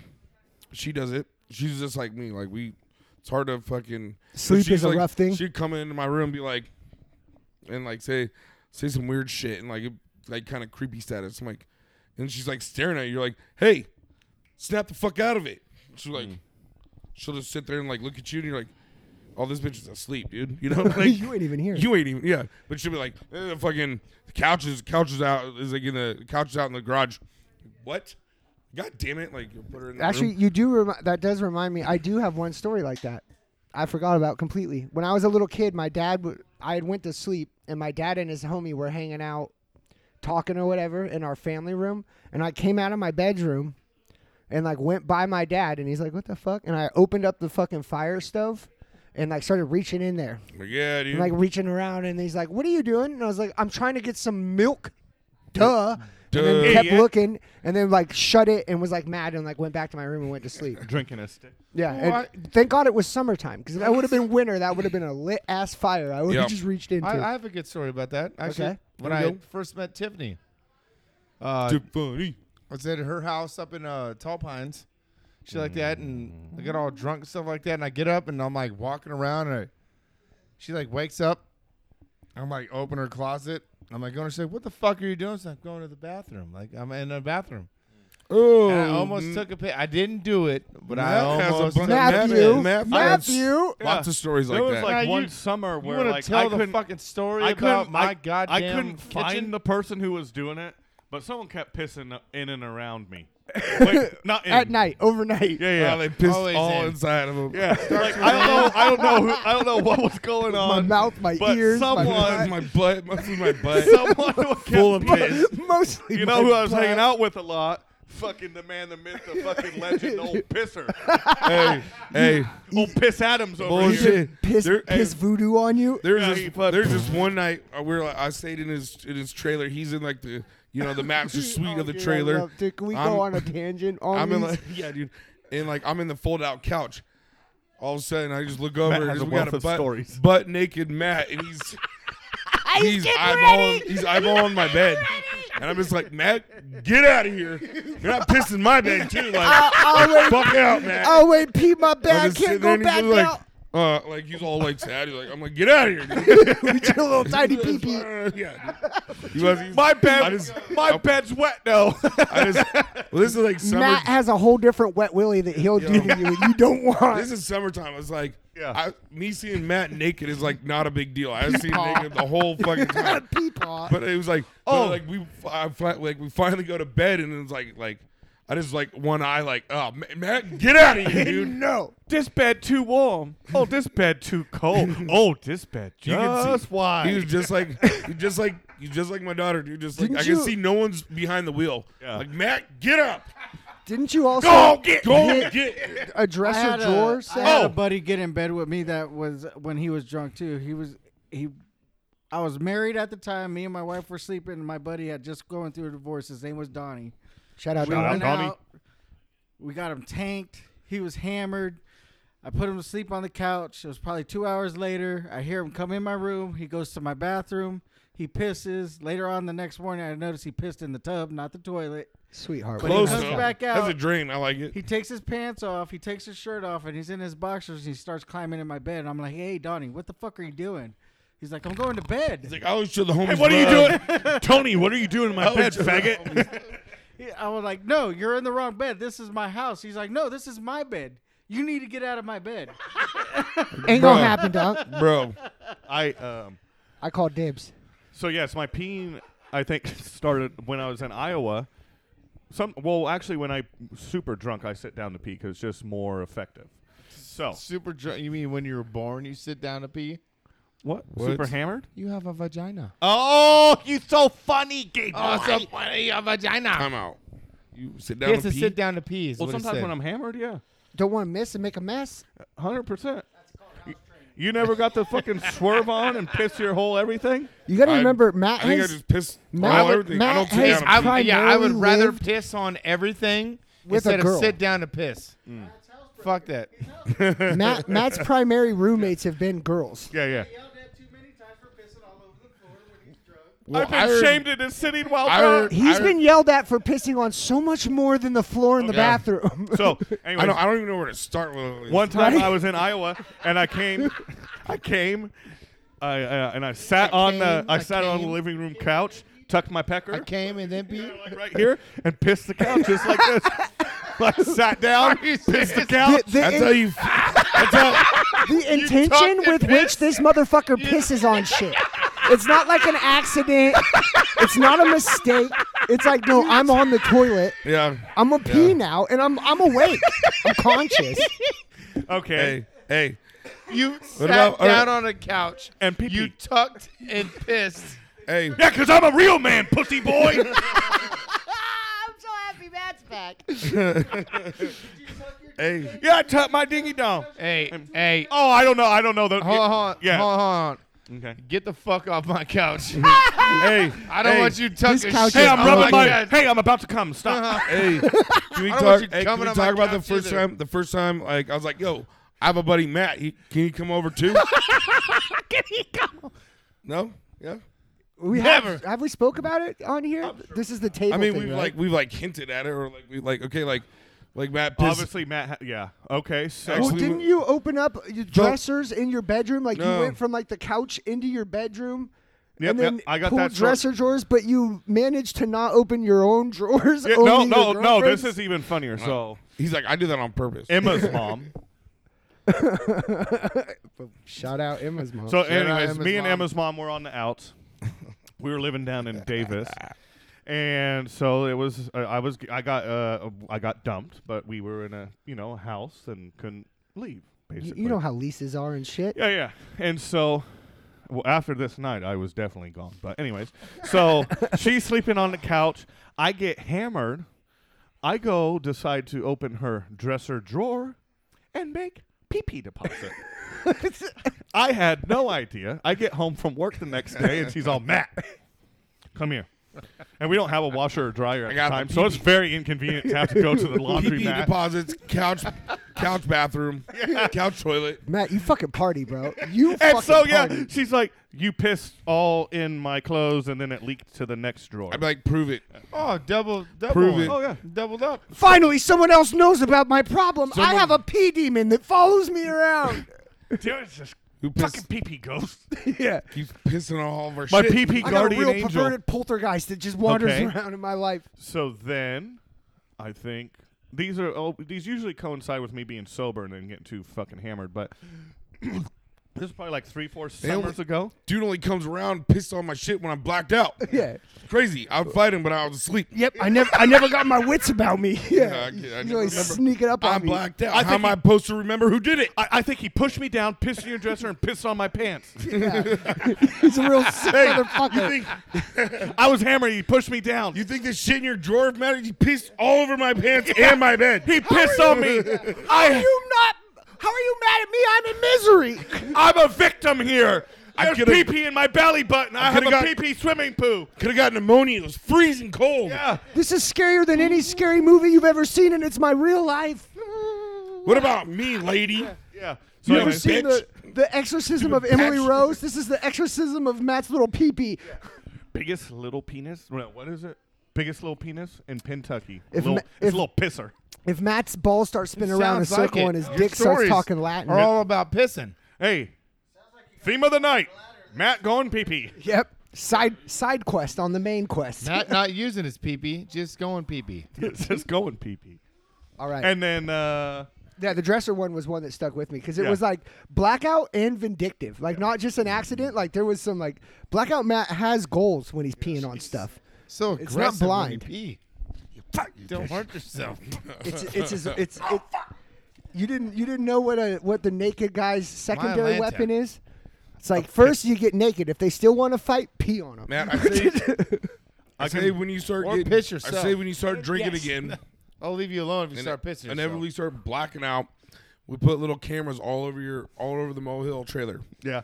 F: she does it. She's just like me. Like we, it's hard to fucking
D: Sleep
F: if she's
D: is a
F: like-
D: rough thing.
F: She'd come into my room, and be like, and like say, say some weird shit, and like it, like kind of creepy status. I'm like, and she's like staring at you. You're like, hey, snap the fuck out of it. She's like, she'll just sit there and like look at you, and you're like, oh, this bitch is asleep, dude. You know, like
D: you ain't even here.
F: you ain't even yeah. But she'll be like, eh, fucking the couch is the couch is out is like in the the couch is out in the garage. What? God damn it! Like you put her in the
D: Actually,
F: room.
D: you do. Remi- that does remind me. I do have one story like that. I forgot about completely. When I was a little kid, my dad would. I had went to sleep, and my dad and his homie were hanging out, talking or whatever in our family room. And I came out of my bedroom, and like went by my dad, and he's like, "What the fuck?" And I opened up the fucking fire stove, and like started reaching in there,
F: Like, yeah, dude.
D: and, like reaching around, and he's like, "What are you doing?" And I was like, "I'm trying to get some milk." Duh. And
F: Duh.
D: then kept
C: Idiot.
D: looking, and then like shut it, and was like mad, and like went back to my room and went to sleep.
C: Drinking a stick.
D: Yeah, and
E: I-
D: thank God it was summertime because if that would have been winter, that would have been a lit ass fire. I would have
F: Yeah.
D: just reached into.
E: I, I have a good story about that. Actually,
D: Okay.
E: when
F: Here
E: I
F: we go.
E: first met Tiffany, uh,
F: Too funny.
E: I was at her house up in uh, Tall Pines, shit like that, and I get all drunk and stuff like that. And I get up and I'm like walking around, and I, she like wakes up. I'm like open her closet. I'm like going to say, "What the fuck are you doing?" So I'm going to the bathroom. Like I'm in the bathroom.
F: Oh,
E: And I
C: mm.
E: almost took a pic. I didn't do it, but I
F: Matt has a
E: almost.
F: bunch
E: took-
F: of-
D: Matthew,
F: Matthew, Matthew.
D: Matthew.
F: lots of stories like
C: there was
F: that.
C: like
E: Yeah,
C: one
E: you-
C: summer
E: You
C: where
E: want
C: like
E: to tell
C: I
E: the
C: couldn't
E: fucking story
C: I
E: about
C: couldn't
E: my
C: I,
E: goddamn
C: I couldn't
E: kitchen?
C: find the person who was doing it, but someone kept pissing in and around me. Wait, not in.
D: At night, overnight.
C: Yeah, yeah.
F: yeah, they pissed
E: Always
F: all
E: in.
F: inside of them.
C: Yeah, like, I don't know. I don't know. Who, I don't know what was going on.
D: My mouth, my
C: but
D: ears, my
C: Someone,
D: butt.
F: my butt, my, my butt.
C: someone who
F: Full of
C: kept piss.
D: Mostly.
C: You know who I was hanging out with a lot? Fucking the man, the myth, the fucking legend, old pisser,
F: hey, hey,
C: old piss Adams over here.
F: bullshit.
D: Piss,
F: There- hey,
D: piss voodoo on you.
F: There's
C: Yeah, he
F: this,
C: fucked.
F: there's this one night uh, we were like, I stayed in his in his trailer. He's in like the you know the master suite
D: Oh,
F: of the
D: dude, I
F: trailer.
D: love- dude, can we
F: I'm-
D: go on a tangent on
F: I'm in
D: these?
F: like yeah, dude, and like I'm in the fold out couch. All of a sudden, I just look over.
C: has
F: and
C: a
F: we got
C: wealth
F: a
C: of
F: butt,
C: stories.
F: butt naked Matt, and he's he's, eyeballing he's eyeballing my bed, and I'm just like Matt, get out of here. You're not pissing my bed too. Like fuck out, Matt.
D: Uh, Oh wait, pee my
F: I'm
D: bed. I
F: just sitting
D: can't go
F: there and he's
D: back
F: just
D: out.
F: Like, uh, like he's all like sad. He's like, I'm like, get out of here. dude."
D: We did a little tiny pee pee.
F: Uh, yeah. dude. He was- he's-
C: My bed,
F: I just-
C: my bed's wet now.
F: I just, well, this is like summer.
D: Matt has a whole different wet willy that he'll do to you. and You don't want.
F: this is summertime. It's like,
C: Yeah.
F: I, me seeing Matt naked is like not a big deal. I was seen naked the whole fucking time.
D: pee paw.
F: But it was like,
C: Oh.
F: oh, like we, I, fi- like we finally go to bed, and it's like, like I just like one eye, like, oh, Ma- Matt, get out of here, dude.
D: No.
C: this bed too warm. Oh, this bed too cold. Oh, this bed
F: You can see-
C: just wide.
F: He was just like, he just like, you just like my daughter, dude. Just like
D: Didn't
F: I can
D: you-
F: see no one's behind the wheel.
C: Yeah.
F: Like Matt, get up,
D: Didn't you also
F: go get, Oh, go
D: hit
F: get.
D: a
I: I
D: dresser
I: had,
D: drawer
I: a, I
D: set?
I: had a buddy get in bed with me that was when he was drunk too. He was he I was married at the time. Me and my wife were sleeping and my buddy had just going through a divorce. His name was Donnie.
D: Shout out,
I: we
C: Shout out
I: went
C: Donnie.
I: out. We got him tanked. He was hammered. I put him to sleep on the couch. It was probably two hours later. I hear him come in my room. He goes to my bathroom. He pisses. Later on the next morning, I notice he pissed in the tub, not the toilet.
D: sweetheart.
I: But he
F: Close
I: comes
F: enough.
I: back out.
F: That's a dream. I like it.
I: He takes his pants off. He takes his shirt off, and he's in his boxers. And he starts climbing in my bed. I'm like, "Hey, Donnie, what the fuck are you doing?" He's like, "I'm going to bed."
F: He's like, I always show the
C: Hey,
F: homies.
C: what are you
F: love.
C: doing, Tony? What are you doing in my
F: I
C: bed,
F: always show the
C: faggot?
F: homies-
I: He- I was like, "No, you're in the wrong bed. This is my house." He's like, "No, this is my bed. You need to get out of my bed."
D: Ain't gonna happen, dog.
F: bro.
C: I um.
D: I called dibs.
C: So yes, my peeing I think started when I was in Iowa. Some well, actually, when I super drunk, I sit down to pee because it's just more effective. So
E: Super drunk. You mean when you were born, you sit down to pee?
C: what? Super hammered?
E: You have a vagina.
H: Oh, you so funny, gay
E: Oh, so funny, a vagina.
F: Time out. You sit
E: He
F: down
E: has
F: and
E: to
F: pee.
E: sit down to pee. Is
C: Well,
E: what it
C: sometimes
E: said.
C: when I'm hammered, yeah,
D: Don't want to miss and make a mess.
C: hundred percent. You never got the fucking swerve on and piss your whole everything.
D: You gotta
F: I-
D: remember, Matt
F: I think I
D: has
F: just pissed
D: Matt-
F: all everything. I
D: Matt
F: don't sit
D: has-
F: down.
E: I
F: and pee.
E: would, yeah, I would
D: primarily
E: rather
D: lived
E: piss on everything
D: with a
E: instead
D: girl.
E: of sit down to piss. Fuck that.
D: Matt, Matt's primary roommates have been girls.
C: Yeah, yeah.
F: Well,
C: I've
F: I
C: been
F: heard-
C: shamed into sitting while
F: I
C: drunk.
F: heard-
D: He's
F: I- Oh,
D: been yelled at for pissing on so much more than the floor in the
F: Okay.
D: bathroom.
C: So
F: I
C: anyway,
F: don't. I don't even know where to start with all this.
C: One time I was in Iowa and I came, I came, I uh, and I sat
E: I
C: on the
E: came,
C: I,
E: I
C: sat on the
E: came.
C: living room couch, tucked my pecker
E: I came and then pee.
C: like right here, and pissed the couch just like this. like sat down,
E: Are you
C: pissed the
E: serious?
C: couch.
D: The- the
C: That's
D: in-
C: how you.
D: the intention with which this motherfucker pisses on shit. It's not like an accident. it's not a mistake. It's like, no, I'm on the toilet.
F: Yeah.
D: I'm a pee now, and I'm I'm awake. I'm conscious.
C: Okay.
F: Hey. Hey.
E: You sat
F: about-
E: down
F: uh,
E: on a couch
C: and pee-pee.
E: You tucked and pissed.
F: Hey.
C: Yeah, cause I'm a real man, pussy boy.
F: Hey.
C: yeah, I tucked my dingy down.
E: Hey, hey.
C: Oh, I don't know. I don't know. The,
E: Hold on, hold on.
C: Yeah.
E: Hold on, hold on.
C: Okay.
E: Get the fuck off my couch.
C: Hey.
E: I don't
C: hey.
E: want you tucking shit.
D: couch
C: Hey,
D: is
C: I'm
E: on
C: rubbing my.
E: couch.
C: Hey, I'm about to come. Stop.
D: Uh-huh.
F: Hey. Can we
E: I don't want
F: talk?
E: you
F: Hey, can
E: coming
F: we
E: on my
F: talk about the
E: couch
F: first
E: either.
F: time? The first time, like I was like, "Yo, I have a buddy Matt. He, can he come over too? can he come? No. Yeah.
D: We Have, have we spoke about it on here? This is the table.
F: I mean,
D: thing,
F: we've
D: right?
F: like we've like hinted at it, or like we like okay, like like Matt pissed.
C: Obviously, Matt. Ha- yeah. Okay. So.
D: Well,
F: actually,
D: didn't
F: we-
D: you open up your dressers in your bedroom? Like you
F: No.
D: went from like the couch into your bedroom.
C: Yep,
D: and
C: yep,
D: then
C: I got
D: pulled
C: that story.
D: dresser drawers, but you managed to not open your own drawers.
C: Yeah, no,
D: only
C: no,
D: your
C: no. This
D: girlfriend's?
C: is even funnier. So
F: He's like, I do that on purpose.
C: Emma's mom.
D: Shout out Emma's mom.
C: So,
E: Shout out
C: anyways,
E: Emma's
C: me and
E: mom.
C: Emma's mom were on the outs. we were living down in Davis, and so it was. Uh, I was. I got. Uh, I got dumped, but we were in a you know house and couldn't leave.
D: you,
C: Basically,
D: you know how leases are and shit.
C: Yeah, yeah. And so, well, after this night, I was definitely gone. But anyways, so she's sleeping on the couch. I get hammered. I go decide to open her dresser drawer and make pee pee deposit. I had no idea. I get home from work the next day and she's all Matt. Come here. And we don't have a washer or dryer at the
F: got the
C: time, so it's very inconvenient to have to go to the laundry
F: PP
C: mat.
F: deposits, couch, couch bathroom, couch toilet.
D: Matt, you fucking party, bro. You fucking
C: And so yeah,
D: party.
C: she's like, "You pissed all in my clothes, and then it leaked to the next drawer."
F: I'd be like, prove it.
E: Oh, double, double.
F: Prove it.
C: Oh, yeah.
E: Doubled up.
D: Finally, someone else knows about my problem. I
F: Someone-
D: have a pee demon that follows me around.
C: Dude, it's just
F: Who
C: fucking
F: piss,
C: PP ghost.
D: yeah.
F: keeps pissing on all of our
C: My
F: shit.
C: PP
D: I got a
C: guardian
D: real
C: angel.
D: perverted poltergeist that just wanders
C: Okay.
D: around in my life.
C: So then, I think these are all, these usually coincide with me being sober and then getting too fucking hammered. But this is probably like three, four
F: only-
C: summers ago.
F: Dude only comes around, pisses on my shit when I'm blacked out.
D: Yeah.
F: Crazy. I'd fight him, but I was asleep.
D: Yep. I never I never got my wits about me.
F: I- I
D: Yeah.
F: never
D: He's always
F: remember.
D: sneaking up on
F: I'm
D: me.
F: blacked out.
C: I
F: How
C: think
F: am
C: he-
F: I supposed to remember who did it?
C: I, I think he pushed me down, pissed in your dresser, and pissed on my pants.
D: He's a real sick motherfucker.
F: You think,
C: I was hammered. He pushed me down.
F: you think this shit in your drawer matters? He pissed all over my pants and my bed.
C: he pissed on me.
D: how are you not how are you mad at me? I'm in misery.
C: I'm a victim here.
F: I
C: There's
F: coulda-
C: pee pee in my belly button. I, have
F: coulda
C: a
F: got-
C: pee pee swimming poo.
F: Could have got pneumonia. It was freezing cold.
C: Yeah.
D: this is scarier than any scary movie you've ever seen, and it's my real life.
F: What about me, lady?
C: Yeah. So
D: You ever
F: Yeah, man.
C: anyways,
D: seen the, the exorcism of Emily
F: bitch.
D: Rose? This is the exorcism of Matt's little peepee.
C: biggest little penis? No, what is it? Biggest little penis in Kentucky.
D: If
C: Little-
D: ma-
C: it's
D: if-
C: a little pisser.
D: If Matt's balls start spinning around in a
E: Sounds like
D: circle
E: it.
D: and his
E: Your
D: dick starts
E: stories
D: talking Latin,
E: Are all about pissing.
C: Hey, theme of the night. Matt going pee pee.
D: yep. Side side quest on the main quest.
E: Not not using his pee pee, just going pee pee.
C: it's just going pee pee.
D: All right.
C: And then uh,
D: Yeah, the dresser one was one that stuck with me because it
C: Yeah.
D: was like blackout and vindictive, like not just an accident. Like there was some like blackout. Matt has goals when he's peeing on stuff.
E: So
D: It's
E: aggressive
D: not
E: when you
D: blind.
E: pee. Don't hurt yourself.
D: It's it's his, it's. It, you didn't you didn't know what a what the naked guy's secondary
E: Atlanta.
D: weapon is. It's like first you get naked. If they still want to fight, pee on them.
F: Matt, I say, I say when you start
E: Or
F: getting,
E: piss
F: I
E: yourself.
F: say when you start drinking again,
E: I'll leave you alone if you
F: and,
E: start pissing.
F: and then
E: yourself.
F: we start blacking out. We put little cameras all over your all over the Mohill trailer.
C: yeah,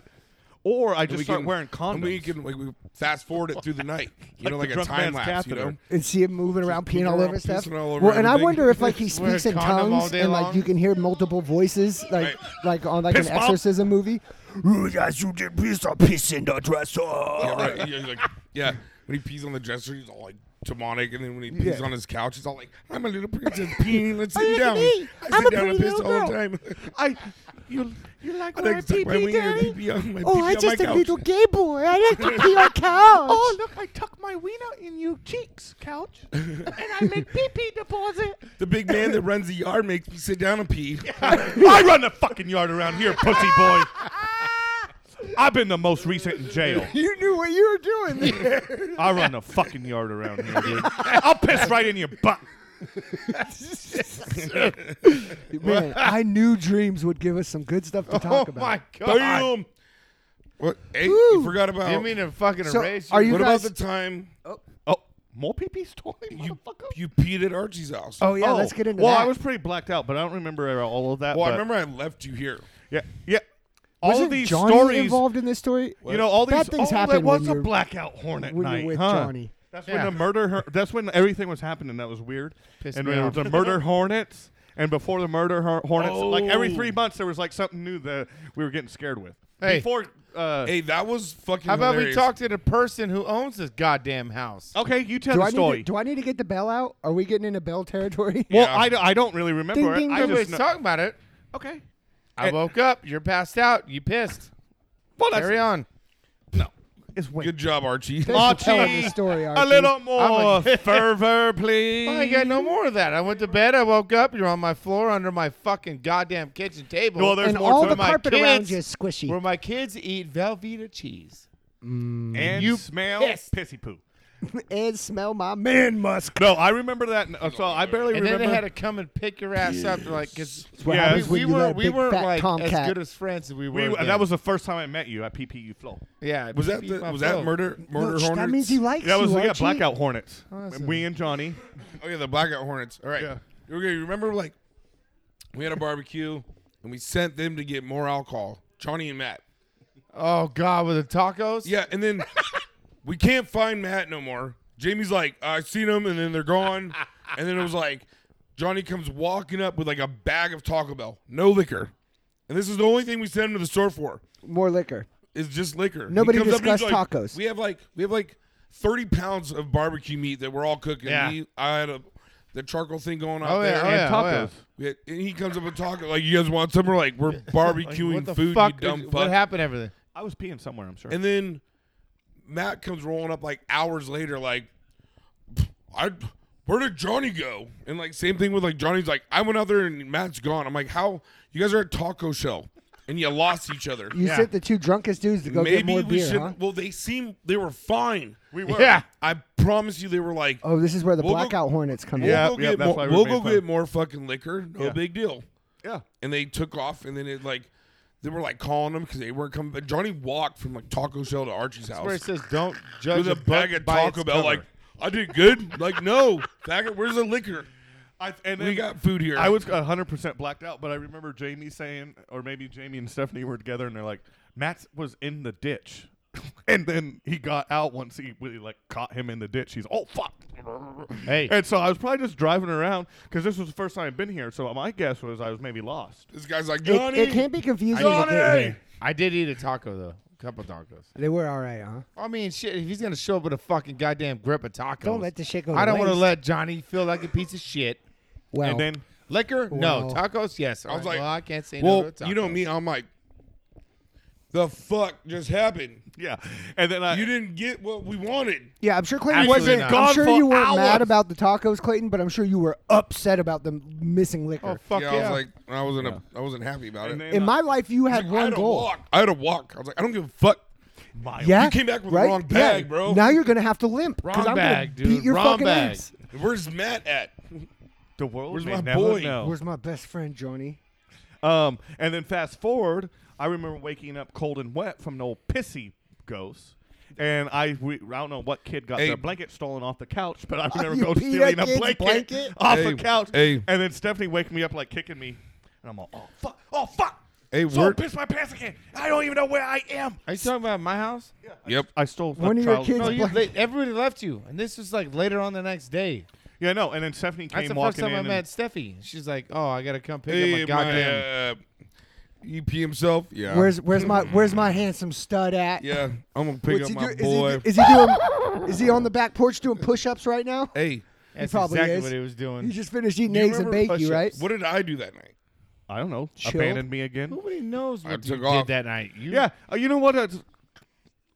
C: or I
F: And
C: just start wearing condoms.
F: And we can like we fast forward it through the night,
C: Like
F: you know,
C: the
F: like a
C: drunk
F: time
C: man's
F: lapse. You know,
C: catheter.
D: and see him moving around, peeing
F: moving
D: all
F: around,
D: over stuff.
F: pissing all over
D: well, and I
F: everything.
D: wonder if like he
E: Wear a
D: speaks in
E: condom all
D: tongues
E: day
D: and like
E: long.
D: you can hear multiple voices, like
F: Right.
D: like on like
C: Piss
D: an
C: bomb.
D: exorcism movie.
F: yeah, right. Yeah, he's like, yeah. When he pees on the dresser, he's all like demonic, and then when he pees
D: Yeah.
F: on his couch, he's all like, "I'm a little princess peeing. Let's sit
D: look at
F: down.
D: me.
F: I
D: I'm
F: sit
D: a
F: down
D: pretty
F: and piss
D: little
F: all the
D: girl.
F: time.
C: I you you like
F: I like to suck my wiener and pee-pee on
D: Oh,
F: my pee-pee on my couch.
D: gay boy. I like to pee on couch.
C: Oh look, I tuck my wiener in your cheeks, couch, and I make pee pee deposit.
F: The big man that runs the yard makes me sit down and pee.
C: I run the fucking yard around here, pussy boy. I've been the most recent in jail.
D: You knew what you were doing there.
C: I run the fucking yard around here, dude. I'll piss right in your butt.
D: Man, I knew dreams would give us some good stuff to talk
E: Oh
D: about.
E: my god!
F: Damn. What? Hey, you
D: Woo.
F: forgot about.
E: You mean to fucking
D: So,
E: erase?
D: are you
F: what
D: guys-
F: about the time
C: Oh, more pee pee story,
F: you
C: motherfucker.
F: you peed at Archie's house?
D: Oh yeah, let's get into
C: well,
D: that.
C: I was pretty blacked out, but I don't remember all of that.
F: well, I
C: but-
F: remember I left you here.
C: Yeah, yeah. All
D: Wasn't
C: these
D: Johnny
C: stories,
D: involved in this story?
C: you know, all these
D: Bad things
C: oh,
D: happen
C: That was
D: when
C: a
D: you're-
C: blackout hornet
D: when
C: night,
D: you're with
C: huh?
D: Johnny.
C: That's when
E: Yeah.
C: the murder. Her- that's when everything was happening. That was weird.
E: Pissed
C: and
E: me
C: there
E: off.
C: was the murder hornets, and before the murder hor- hornets, like every
F: Oh.
C: three months there was like something new that we were getting scared with.
E: Hey.
C: Before, uh,
F: Hey, that was fucking.
E: How about we
F: hilarious.
E: talk to the person who owns this goddamn house?
C: okay, you tell
D: Do
C: the
D: I, need
C: story.
D: to, do I need to get the bell out? Are we getting into bell territory?
C: well,
F: Yeah.
C: I, d- I don't really remember.
D: Ding,
C: it.
D: ding,
C: I
D: ding.
C: just
E: Everybody's
C: know-
E: talking about it.
C: okay.
E: I
C: And-
E: woke up. You're passed out. You pissed.
C: Well, that's
E: Carry on.
C: It's way
F: Good job, Archie.
D: Thanks for telling
C: Archie,
D: this story,
C: a
D: Archie.
C: little more
E: I'm
C: fervor, please.
E: I ain't got no more of that. I went to bed. I woke up. You're on my floor under my fucking goddamn kitchen table.
C: Well, there's
D: and
C: more
D: all
C: to
D: the
C: it.
E: my
D: carpet around
E: kids
D: you is squishy.
E: where my kids eat Velveeta cheese.
C: and
E: You
C: smell pissy poo.
D: and smell my man musk.
C: No, I remember that. uh, So I barely
E: And then
C: remember.
E: they had to come and pick your ass up, like because
D: what
C: Yeah,
D: happens
E: we,
D: when you let
E: were
D: a
E: we
D: big
E: weren't
D: fat
E: like as
D: tomcat.
E: good as friends as we were.
C: we,
E: then.
C: that was the first time I met you at PPU Flow.
E: yeah.
F: Was that
E: beat
F: the,
E: my
F: was that
E: flow.
F: murder murder
D: Look,
F: hornets?
D: that means he likes
C: That was
D: you,
C: yeah,
D: Archie.
C: Blackout Hornets.
E: that's
C: me and Johnny.
F: Oh yeah, the blackout hornets. All right.
C: Yeah.
F: Okay, you remember like we had a barbecue and we sent them to get more alcohol. Johnny and Matt.
E: Oh God, with the tacos.
F: Yeah, and then we can't find Matt no more. Jamie's like, I seen them, and then they're gone. and then it was like Johnny comes walking up with like a bag of Taco Bell, no liquor, and this is the only thing we sent him to the store for
D: More liquor.
F: is just liquor. He
D: Nobody
F: comes up and he's
D: discussed
F: like,
D: tacos.
F: We have like we have like thirty pounds of barbecue meat that we're all cooking.
C: Yeah.
F: He- I had a the charcoal thing going on
E: Oh
F: there.
E: yeah. Oh
C: and
E: yeah. Oh, yeah.
C: tacos.
F: We had- and he comes up and talking like, "You guys want some?" We're like, "We're
E: Like,
F: barbecuing
E: what the
F: food,
E: fuck?
F: you dumb
E: is-
F: fuck."
E: What happened? to Everything.
C: I was peeing somewhere, I'm sure.
F: And then Matt comes rolling up like hours later, like, "I, where did Johnny go?" And like same thing with like Johnny's like, "I went out there and Matt's gone." I'm like, "How? You guys are at Taco Shell and you lost each other."
D: You sent the two drunkest dudes to go get
F: Maybe
D: more
F: we
D: beer,
F: should.
D: huh?
F: Well, they seem they were fine.
C: we were.
E: Yeah.
F: I promise you, they were like,
D: Oh, this is where the
F: We'll go-
D: blackout hornets come
F: "We'll
C: Yeah,
F: go
C: yeah,
F: get
C: that's why
F: more.
C: we
F: We'll
C: made
F: go
C: fun.
F: get more fucking liquor. No
C: Yeah.
F: big deal."
C: Yeah.
F: and they took off, and then it like they were like calling them because they weren't coming. But Johnny walked from like Taco Shell to Archie's house
E: Where it says don't judge
F: with a
E: book
F: bag of
E: by its
F: Taco Bell.
E: cover.
F: Like I did good. like no, bag of, where's the liquor?
C: I, and
F: We got food here.
C: I was 100% blacked out, but I remember Jamie saying, or maybe Jamie and Stephanie were together, and they're like, Matt was in the ditch. and then he got out once he really like caught him in the ditch. He's, oh, fuck.
E: Hey.
C: And so I was probably just driving around because this was the first time I'd been here. So my guess was I was maybe lost.
F: This guy's like
D: It,
F: Johnny.
D: it can be confusing. To get
F: Johnny.
D: here.
E: I did eat a taco though. A couple tacos.
D: They were all right, huh?
E: I mean, shit. If he's gonna show up with a fucking goddamn grip of tacos,
D: Don't let the shit go to
E: I don't want to
D: waste.
E: let Johnny feel like a piece of shit.
D: Well,
C: And then
E: Liquor?
D: Well-
E: no. Tacos? Yes. I
F: was like,
E: well, I can't say no
F: Well,
E: to
F: you know
E: tacos.
F: me. I'm like, the fuck just happened?
C: Yeah, and then I
F: You didn't get what we wanted.
D: Yeah, I'm sure Clayton
C: Actually
D: wasn't.
C: not.
D: I'm
C: Gone
D: sure
C: for
D: you weren't mad
C: hours.
D: about the tacos, Clayton, but I'm sure you were upset about the missing liquor.
C: oh fuck
F: yeah,
C: yeah,
F: I was like, I wasn't, a, I wasn't happy about
C: And
F: it.
C: then,
D: In
C: uh,
D: my life, you had
F: I
D: one
F: had a
D: goal.
F: walk. I had a walk. I was like, I don't give a fuck.
C: my-
D: Yeah,
F: You came back with the
D: right?
F: wrong
D: Yeah.
F: bag, bro.
D: Now you're gonna have to limp.
B: Wrong
D: 'cause I'm gonna
B: bag,
D: beat
B: dude.
D: your
B: Wrong
D: fucking
B: bag.
D: ass.
F: Where's Matt at?
C: the world
F: Where's
C: may
F: my
C: never
F: boy?
C: know.
D: Where's my best friend Johnny?
C: Um, and then fast forward, I remember waking up cold and wet from an old pissy ghost. And I, we, I don't know what kid got
F: Hey.
C: their blanket stolen off the couch, but I remember
D: you
C: going
D: pee
C: stealing
D: that
C: a
D: kid's
C: blanket,
D: blanket?
C: off
F: Hey,
C: the couch.
F: hey.
C: And then Stephanie waking me up, like kicking me. And I'm all, oh, fuck, oh, fuck.
F: Hey,
C: so I
F: we're-
C: pissed my pants again. I don't even know where I am.
B: Are you talking about my house?
F: Yep.
C: I stole
D: One
C: a
D: of your
C: child's-
D: kids-
B: No,
C: No,
B: you, they, everybody left you, and this was like later on the next day.
C: yeah, no. And then Stephanie
B: That's
C: came
B: the first
C: walking
B: time
C: in.
B: I
C: and-
B: met Steffi. She's like, "Oh, I gotta come pick
F: Hey,
B: up my goddamn."
F: my, uh, EP himself. Yeah. Mm.
D: Where's where's my where's my handsome stud at?
F: Yeah, I'm gonna pick
D: What's
F: up
D: he
F: my
D: do-
F: boy.
D: Is he, is he doing? is he on the back porch doing push-ups right now?
F: hey,
B: That's
D: probably
B: exactly
D: is.
B: what he was
D: He
B: doing.
D: just finished
F: do
D: eating
F: you
D: eggs and
F: remember-
D: bacon, right?
F: What did I do that night?
C: I don't know.
D: Chilled.
C: Abandoned me again.
B: Nobody knows
F: I
B: what you
F: took
B: did
F: off.
B: that night. You,
C: Yeah, uh, you know what? A,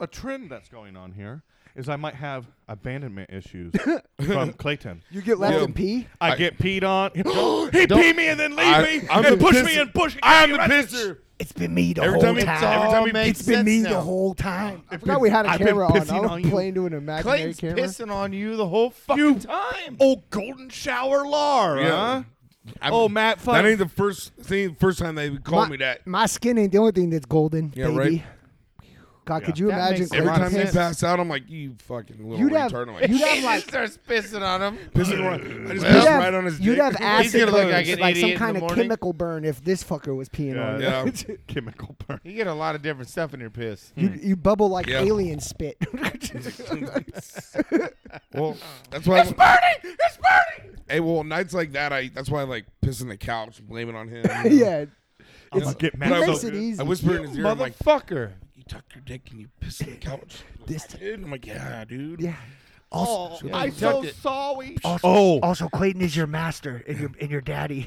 C: a trend that's going on here is I might have abandonment issues from Clayton.
D: You get left
F: Yeah.
D: and pee.
C: I,
F: I-
C: get peed on. he peed me and then leave
F: I-
C: me
F: I'm
C: and
F: the
C: push me
F: pisser.
C: and push.
F: I'm the pisser.
D: It's been me the
F: Every
D: whole
F: time he-
D: time.
F: every time he
B: makes
D: it's been me
B: sense
D: the
B: now.
D: whole time. I forgot we had a
C: I've been
D: camera on.
C: pissing
D: I
C: on
D: was
C: you.
D: playing to an imaginary
B: Clayton's
D: camera.
B: pissing on you the whole fucking
C: You-
B: time.
C: Oh, golden shower lar, huh?
F: Yeah. I-
C: Oh, Matt, fuck.
F: That ain't the first thing. First time they
D: my,
F: called me that.
D: My skin ain't the only thing that's golden,
F: Yeah,
D: baby.
F: right.
D: God, could
C: Yeah.
D: you
B: That
D: imagine
B: makes a
F: Every
B: lot of
F: time
D: Clayton
F: they
B: sense.
F: pass out, I'm like, you fucking little
D: You'd have-
F: retard. I'm like,
D: you'd have
B: He
D: like
B: just starts pissing on him.
F: pissing around. I just
D: You'd
F: pissed
D: have,
F: right on his
D: you'd
F: dick.
D: have
B: He's gonna
D: acid
B: look
D: burns,
B: like
D: like,
B: an idiot
D: some
B: in
D: kind
B: the
D: of
B: morning.
D: chemical burn if this fucker was peeing on you.
F: Yeah.
C: chemical burn.
B: You get a lot of different stuff in your piss.
D: You, you bubble like
F: Yeah.
D: alien spit.
F: well, that's why Mm. it's burning. It's burning. Hey, well, nights like that, I that's why I like piss on the couch, and blame it on him. you know?
D: yeah,
C: I'm gonna get
F: But
C: mad.
F: I
D: makes
F: was-
D: it easy.
F: I whisper in his ear, I'm like,
B: Motherfucker.
F: you tuck your dick and you piss on the couch.
D: This-
F: I did. I'm like, yeah, dude.
D: yeah.
I: Oh.
D: Also,
B: Yeah, I'm so sorry.
C: Oh,
D: also, Clayton is your master and your and your daddy,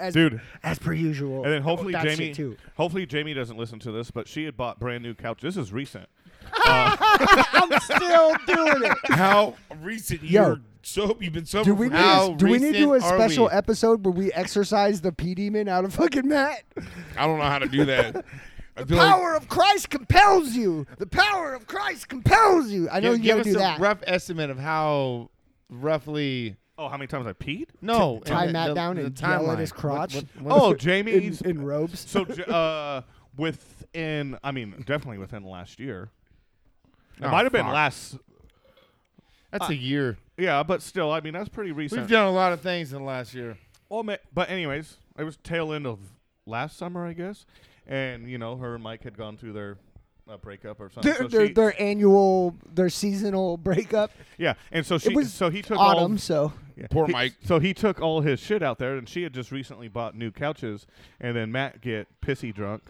D: as,
C: dude.
D: as per usual.
C: And then hopefully
D: That shit
C: Jamie,
D: too.
C: hopefully Jamie doesn't listen to this, but she had bought brand new couch. This is recent.
D: Still doing it.
F: How recent
D: Yo.
F: Oh, you're so you've been sober.
D: Do we
F: for
D: need,
F: how-
B: How
D: do we need to do a
B: recent are
D: special
B: we?
D: episode where we exercise the P demon out of fucking Matt?
B: Oh.
F: I don't know how to do that. I feel like-
D: power of Christ compels you. The power of Christ compels you. I know
B: give,
D: you
B: give
D: gotta
B: us
D: do
B: a
D: that.
B: rough estimate of how roughly.
C: Oh, how many times I peed?
B: No,
D: tie
B: and the-
D: Matt
B: the-
D: down
B: the
D: and yell at his
B: timeline.
D: crotch.
B: What- what- what-
C: Oh,
D: in,
C: Jamie's
D: in robes.
C: So, j- uh, within, I mean, definitely within last year. It
B: Oh,
C: might have been
B: fuck.
C: last,
B: That's a year.
C: yeah, but still, I mean, that's pretty
B: We've
C: recent.
B: done a lot of things in the last year.
C: Well, ma- but anyways, it was tail end of last summer, I guess, and you know, her and Mike had gone through their uh, breakup or something.
D: Their,
C: so
D: their,
C: she-
D: their annual, their seasonal breakup.
C: yeah, and so she,
D: was
C: so he took
D: Autumn,
C: all,
D: so
C: yeah,
F: Poor
C: he-
F: Mike.
C: So he took all his shit out there, and she had just recently bought new couches, and then Matt get pissy drunk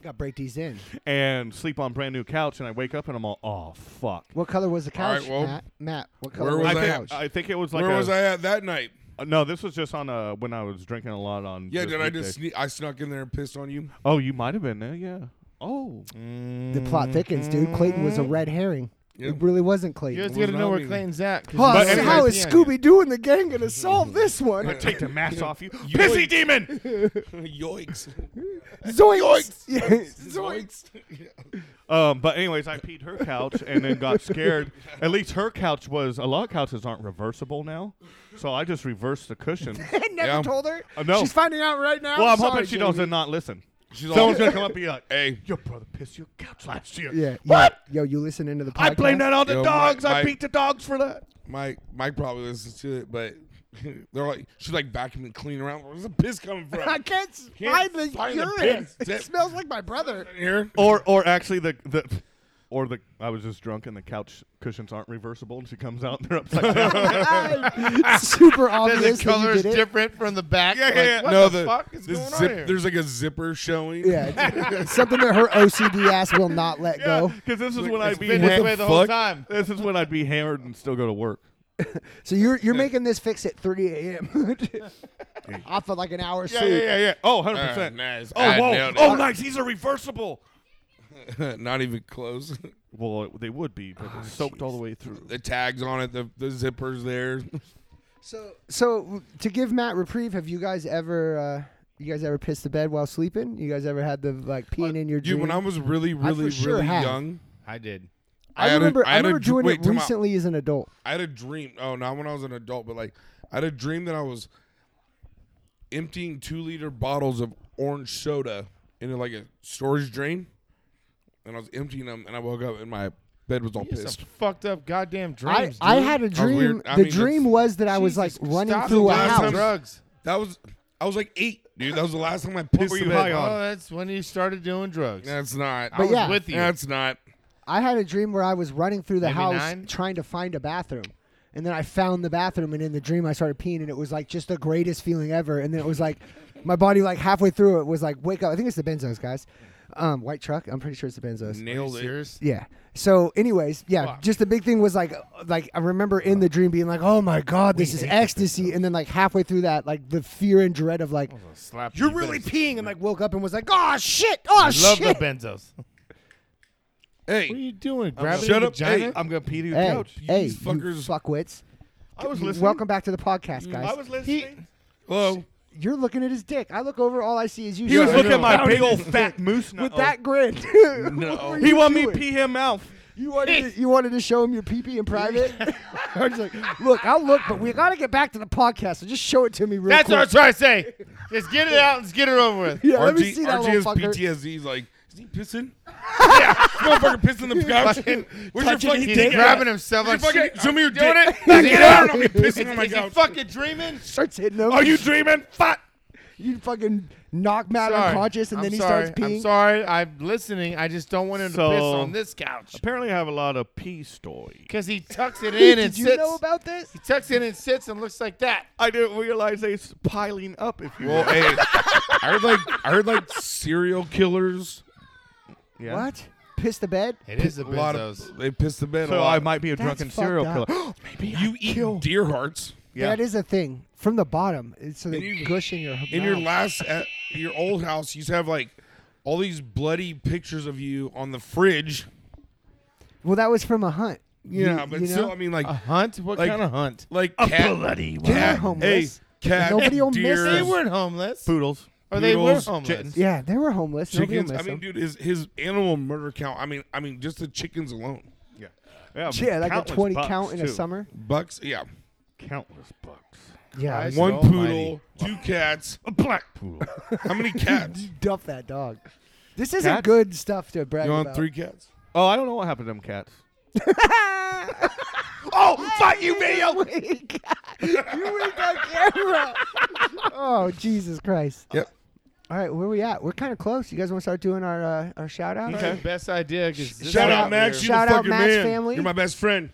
D: got break these in.
C: and sleep on brand new couch, and I wake up and I'm all, oh fuck.
D: What color was the
F: All right,
D: couch,
F: well,
D: Matt? Matt, what color
F: where
D: was
F: was
D: the
F: I
D: couch?
C: think, I Uh, think it was like
F: where
C: a,
F: was I at that night?
C: Uh, No, this was just on uh when I was drinking a lot on.
F: Yeah,
C: this
F: did I
C: weekday.
F: just sneak? I snuck in there and pissed on you.
C: Oh, you might have been there. Yeah. Oh.
D: the plot thickens, dude. Clayton was a red herring.
F: Yeah.
D: It really wasn't
B: You
D: Clayton.
B: just gotta
F: Wasn't
B: know
F: on
B: where
F: me.
B: Clayton's at. 'cause he's
D: Huh,
C: But
B: always
D: so how is
B: on you.
D: Scooby Doo and the gang gonna solve this one?
C: Take the mask off you,
F: You
C: pissy
F: would-
C: demon.
F: Yoinks!
D: Zoinks! Yeah.
F: Yoinks!
C: Um, but anyways, I peed her couch and then got scared. At least her couch was a lot of couches aren't reversible now, so I just reversed the cushion.
D: I never
F: Yeah.
D: told her.
C: I know.
D: She's finding out right now.
C: well, I'm
D: Sorry,
C: hoping she
D: Jamie.
C: doesn't not listen.
F: She's all,
C: Someone's gonna come up and be like,
F: hey,
C: "Your brother pissed your couch last year."
D: Yeah.
C: What?
D: Yo, yo, you listening to the podcast?
C: I blame that on the
F: Yo, my-
C: dogs. I
F: my-
C: beat the dogs for that.
F: Mike. Mike probably listens to it, but they're like, she's like vacuuming, cleaning around. Where's the piss coming from?
D: I can't
F: Can't
D: find the
F: find the
D: urine.
F: piss.
D: it smells like my brother.
F: In here.
C: Or, or actually the the. Or the I was just drunk and the couch cushions aren't reversible and she comes out and they're upside down.
D: Super
B: Then
D: obvious
B: the
D: that
B: color
D: you
B: is
D: did it.
B: different from the back.
F: Yeah,
B: like,
F: yeah, yeah.
B: What
F: no,
B: the, fuck is
F: the
B: going
F: zip-
B: on here?
F: There's like a zipper showing.
D: Yeah, it's something that her OCD ass will not let go.
C: Because this is when I'd
B: It's
C: be
B: been this
C: ha-
B: way the whole
F: fuck?
B: time.
C: this is when I'd be hammered and still go to work.
D: So you're you're making this fix at 3 a.m. off of like an hour
C: Yeah,
D: sleep.
C: yeah, yeah, yeah. Oh, 100
F: Uh,
C: percent.
F: nice.
C: Oh,
F: I
C: whoa.
F: nailed it.
C: Oh, nice. These are reversible.
F: Not even close.
C: Well, it- they would be, but it's soaked all the way through.
F: the tags on it, the, the zippers there.
D: So, so to give Matt reprieve, have you guys ever, uh, you guys ever pissed the bed while sleeping? You guys ever had the like peeing in your
F: Dude,
D: dream?
F: when I was really,
D: for
F: really,
D: sure
F: really
D: have.
F: young,
B: I did.
D: I,
F: had a-
D: remember, I,
F: had a
D: remember
F: dr-
D: doing
F: wait,
D: it
F: time out.
D: recently as an adult.
F: I had a dream. Oh, not when I was an adult, but like I had a dream that I was emptying two liter bottles of orange soda into like a storage drain, and I was emptying them, and I woke up and my bed was all pissed.
B: Some fucked up goddamn
D: I,
B: dreams.
D: I
B: dude.
D: had a
F: That was weird.
D: dream.
F: I
D: the
F: mean,
D: dream
F: that's-
D: was that I was like
F: Jesus,
D: running
F: stop
D: through
F: it,
D: a
F: guys.
D: house.
F: Time-
B: drugs.
F: That was I was like eight, dude. That was the last time I pissed.
C: were
F: the
C: you
F: bed.
C: high on?
B: Oh, that's when you started doing drugs.
F: That's not.
D: But yeah.
B: with you.
F: That's not.
D: I had a dream where I was running through the
B: Maybe
D: house
B: nine?
D: trying to find a bathroom. And then I found the bathroom and in the dream I started peeing and it was like just the greatest feeling ever. And then it was like my body like halfway through it was like wake up. I think it's the benzos, guys. Um, white truck. I'm pretty sure it's the benzos.
F: Nailed it.
D: Yeah. So, anyways, yeah, just the big thing was like, uh, like I remember in the dream being like, "Oh my god, this is ecstasy," and then like halfway through that, like the fear and dread of like,
B: Slap
D: "You're really peeing," and like woke up and was like, "Oh shit, oh
B: I love
D: shit."
B: the benzos. what are
F: Hey,
B: you doing? Grabbing
F: shut
B: your
F: up.
B: vagina?
F: Hey,
C: I'm gonna pee to your
D: hey,
C: couch.
D: hey, you
F: these fuckers.
D: fuckwits.
C: I was
D: You-
C: listening. Mm,
D: Welcome back to the podcast, guys.
C: I was listening.
F: hello.
D: You're looking at his dick. I look over, all I see is you.
C: He, was
D: Yeah, I
C: looking at
D: know.
C: my big old fat moose.
D: with
C: nut-
D: that grin.
F: No.
C: he want me
D: doing?
C: pee him mouth.
D: you wanted to, you wanted to show him your pee pee in private. I was like, look, I'll look, but we gotta get back to the podcast. So just show it to me real
B: That's
D: quick.
B: what I was trying to say. Just get it out and just get it over with.
D: Yeah, let me
F: RG,
D: see that
F: RG
D: little
F: has
D: fucker.
F: PTSD. He's like, is he pissing? yeah, motherfucker pissing the couch. Where's your fucking
B: He's
F: dick?
B: grabbing
F: at?
B: himself
F: Where's
B: like,
F: your
B: shit,
F: fucking, show me your
B: doing
F: dick.
B: it? Is
F: Back it
B: he-
F: out. I'm pissing on my
B: Is he
F: couch.
B: fucking dreaming?
D: Starts hitting him.
F: Are you dreaming? Fuck.
D: You fucking knock Matt
B: Sorry.
D: unconscious, and
B: I'm
D: then he
B: sorry.
D: starts peeing.
B: I'm sorry. I'm listening. I just don't want him to piss
C: So-
B: on this couch
C: Apparently, I have a lot of pee stories.
B: because he tucks it
D: Did
B: in and
D: you
B: sits.
D: know about this?
B: he tucks in and sits and looks like that.
C: I didn't realize they was piling up. If you
F: Well, hey, I heard like I heard like serial killers.
C: yeah.
D: What? Piss the bed?
B: It is the
F: A lot of they piss the bed. a
C: So
F: lot.
C: I might be a drunken
D: fucked
C: serial
D: up.
C: killer.
F: you eat deer hearts
C: yeah.
D: That is a thing. From the bottom, it's so they
F: And you-
D: gush in your mouth.
F: in your last at your old house. You used to have like all these bloody pictures of you on the fridge.
D: well, that was from a hunt. You-
F: Yeah, but
D: you
F: still,
D: know? Uh,
F: I mean, like
B: A hunt? What
F: Like-
B: kind of hunt?
F: like cat, bloody cat,
D: were homeless.
F: Hey, cat,
D: Nobody will miss
F: deer,
D: it.
B: They weren't homeless.
C: Poodles.
B: Or they were
F: noodles,
B: homeless.
D: yeah, they were homeless. Nobody will
F: chickens. I
D: miss
F: mean,
D: them.
F: dude, his his animal murder count. I mean, I mean, just the chickens alone,
C: Yeah. Yeah,
D: yeah, like a
C: countless
D: twenty
C: bucks,
D: count in
C: too.
D: a summer.
F: bucks. Yeah,
C: Countless bucks.
D: Yeah,
B: Christ.
D: you
F: one
B: almighty.
F: poodle, two cats, a black poodle. How many cats?
D: duff that dog. This isn't
C: Cats?
D: good stuff to brag
F: you
D: about.
F: want three cats?
C: Oh, I don't know what happened to them cats.
D: oh, fuck you, video. you winked on camera. oh, Jesus Christ.
F: Yep.
D: All right, where we at? We're kind of close. You guys want to start doing our uh, our shout out?
B: Probably the Best idea. 'cause this
F: Shout
D: Shout
F: out,
D: out-
F: Max. You
D: shout
F: the
D: out
F: fucking
D: Max
F: man.
D: family.
F: You're my best friend.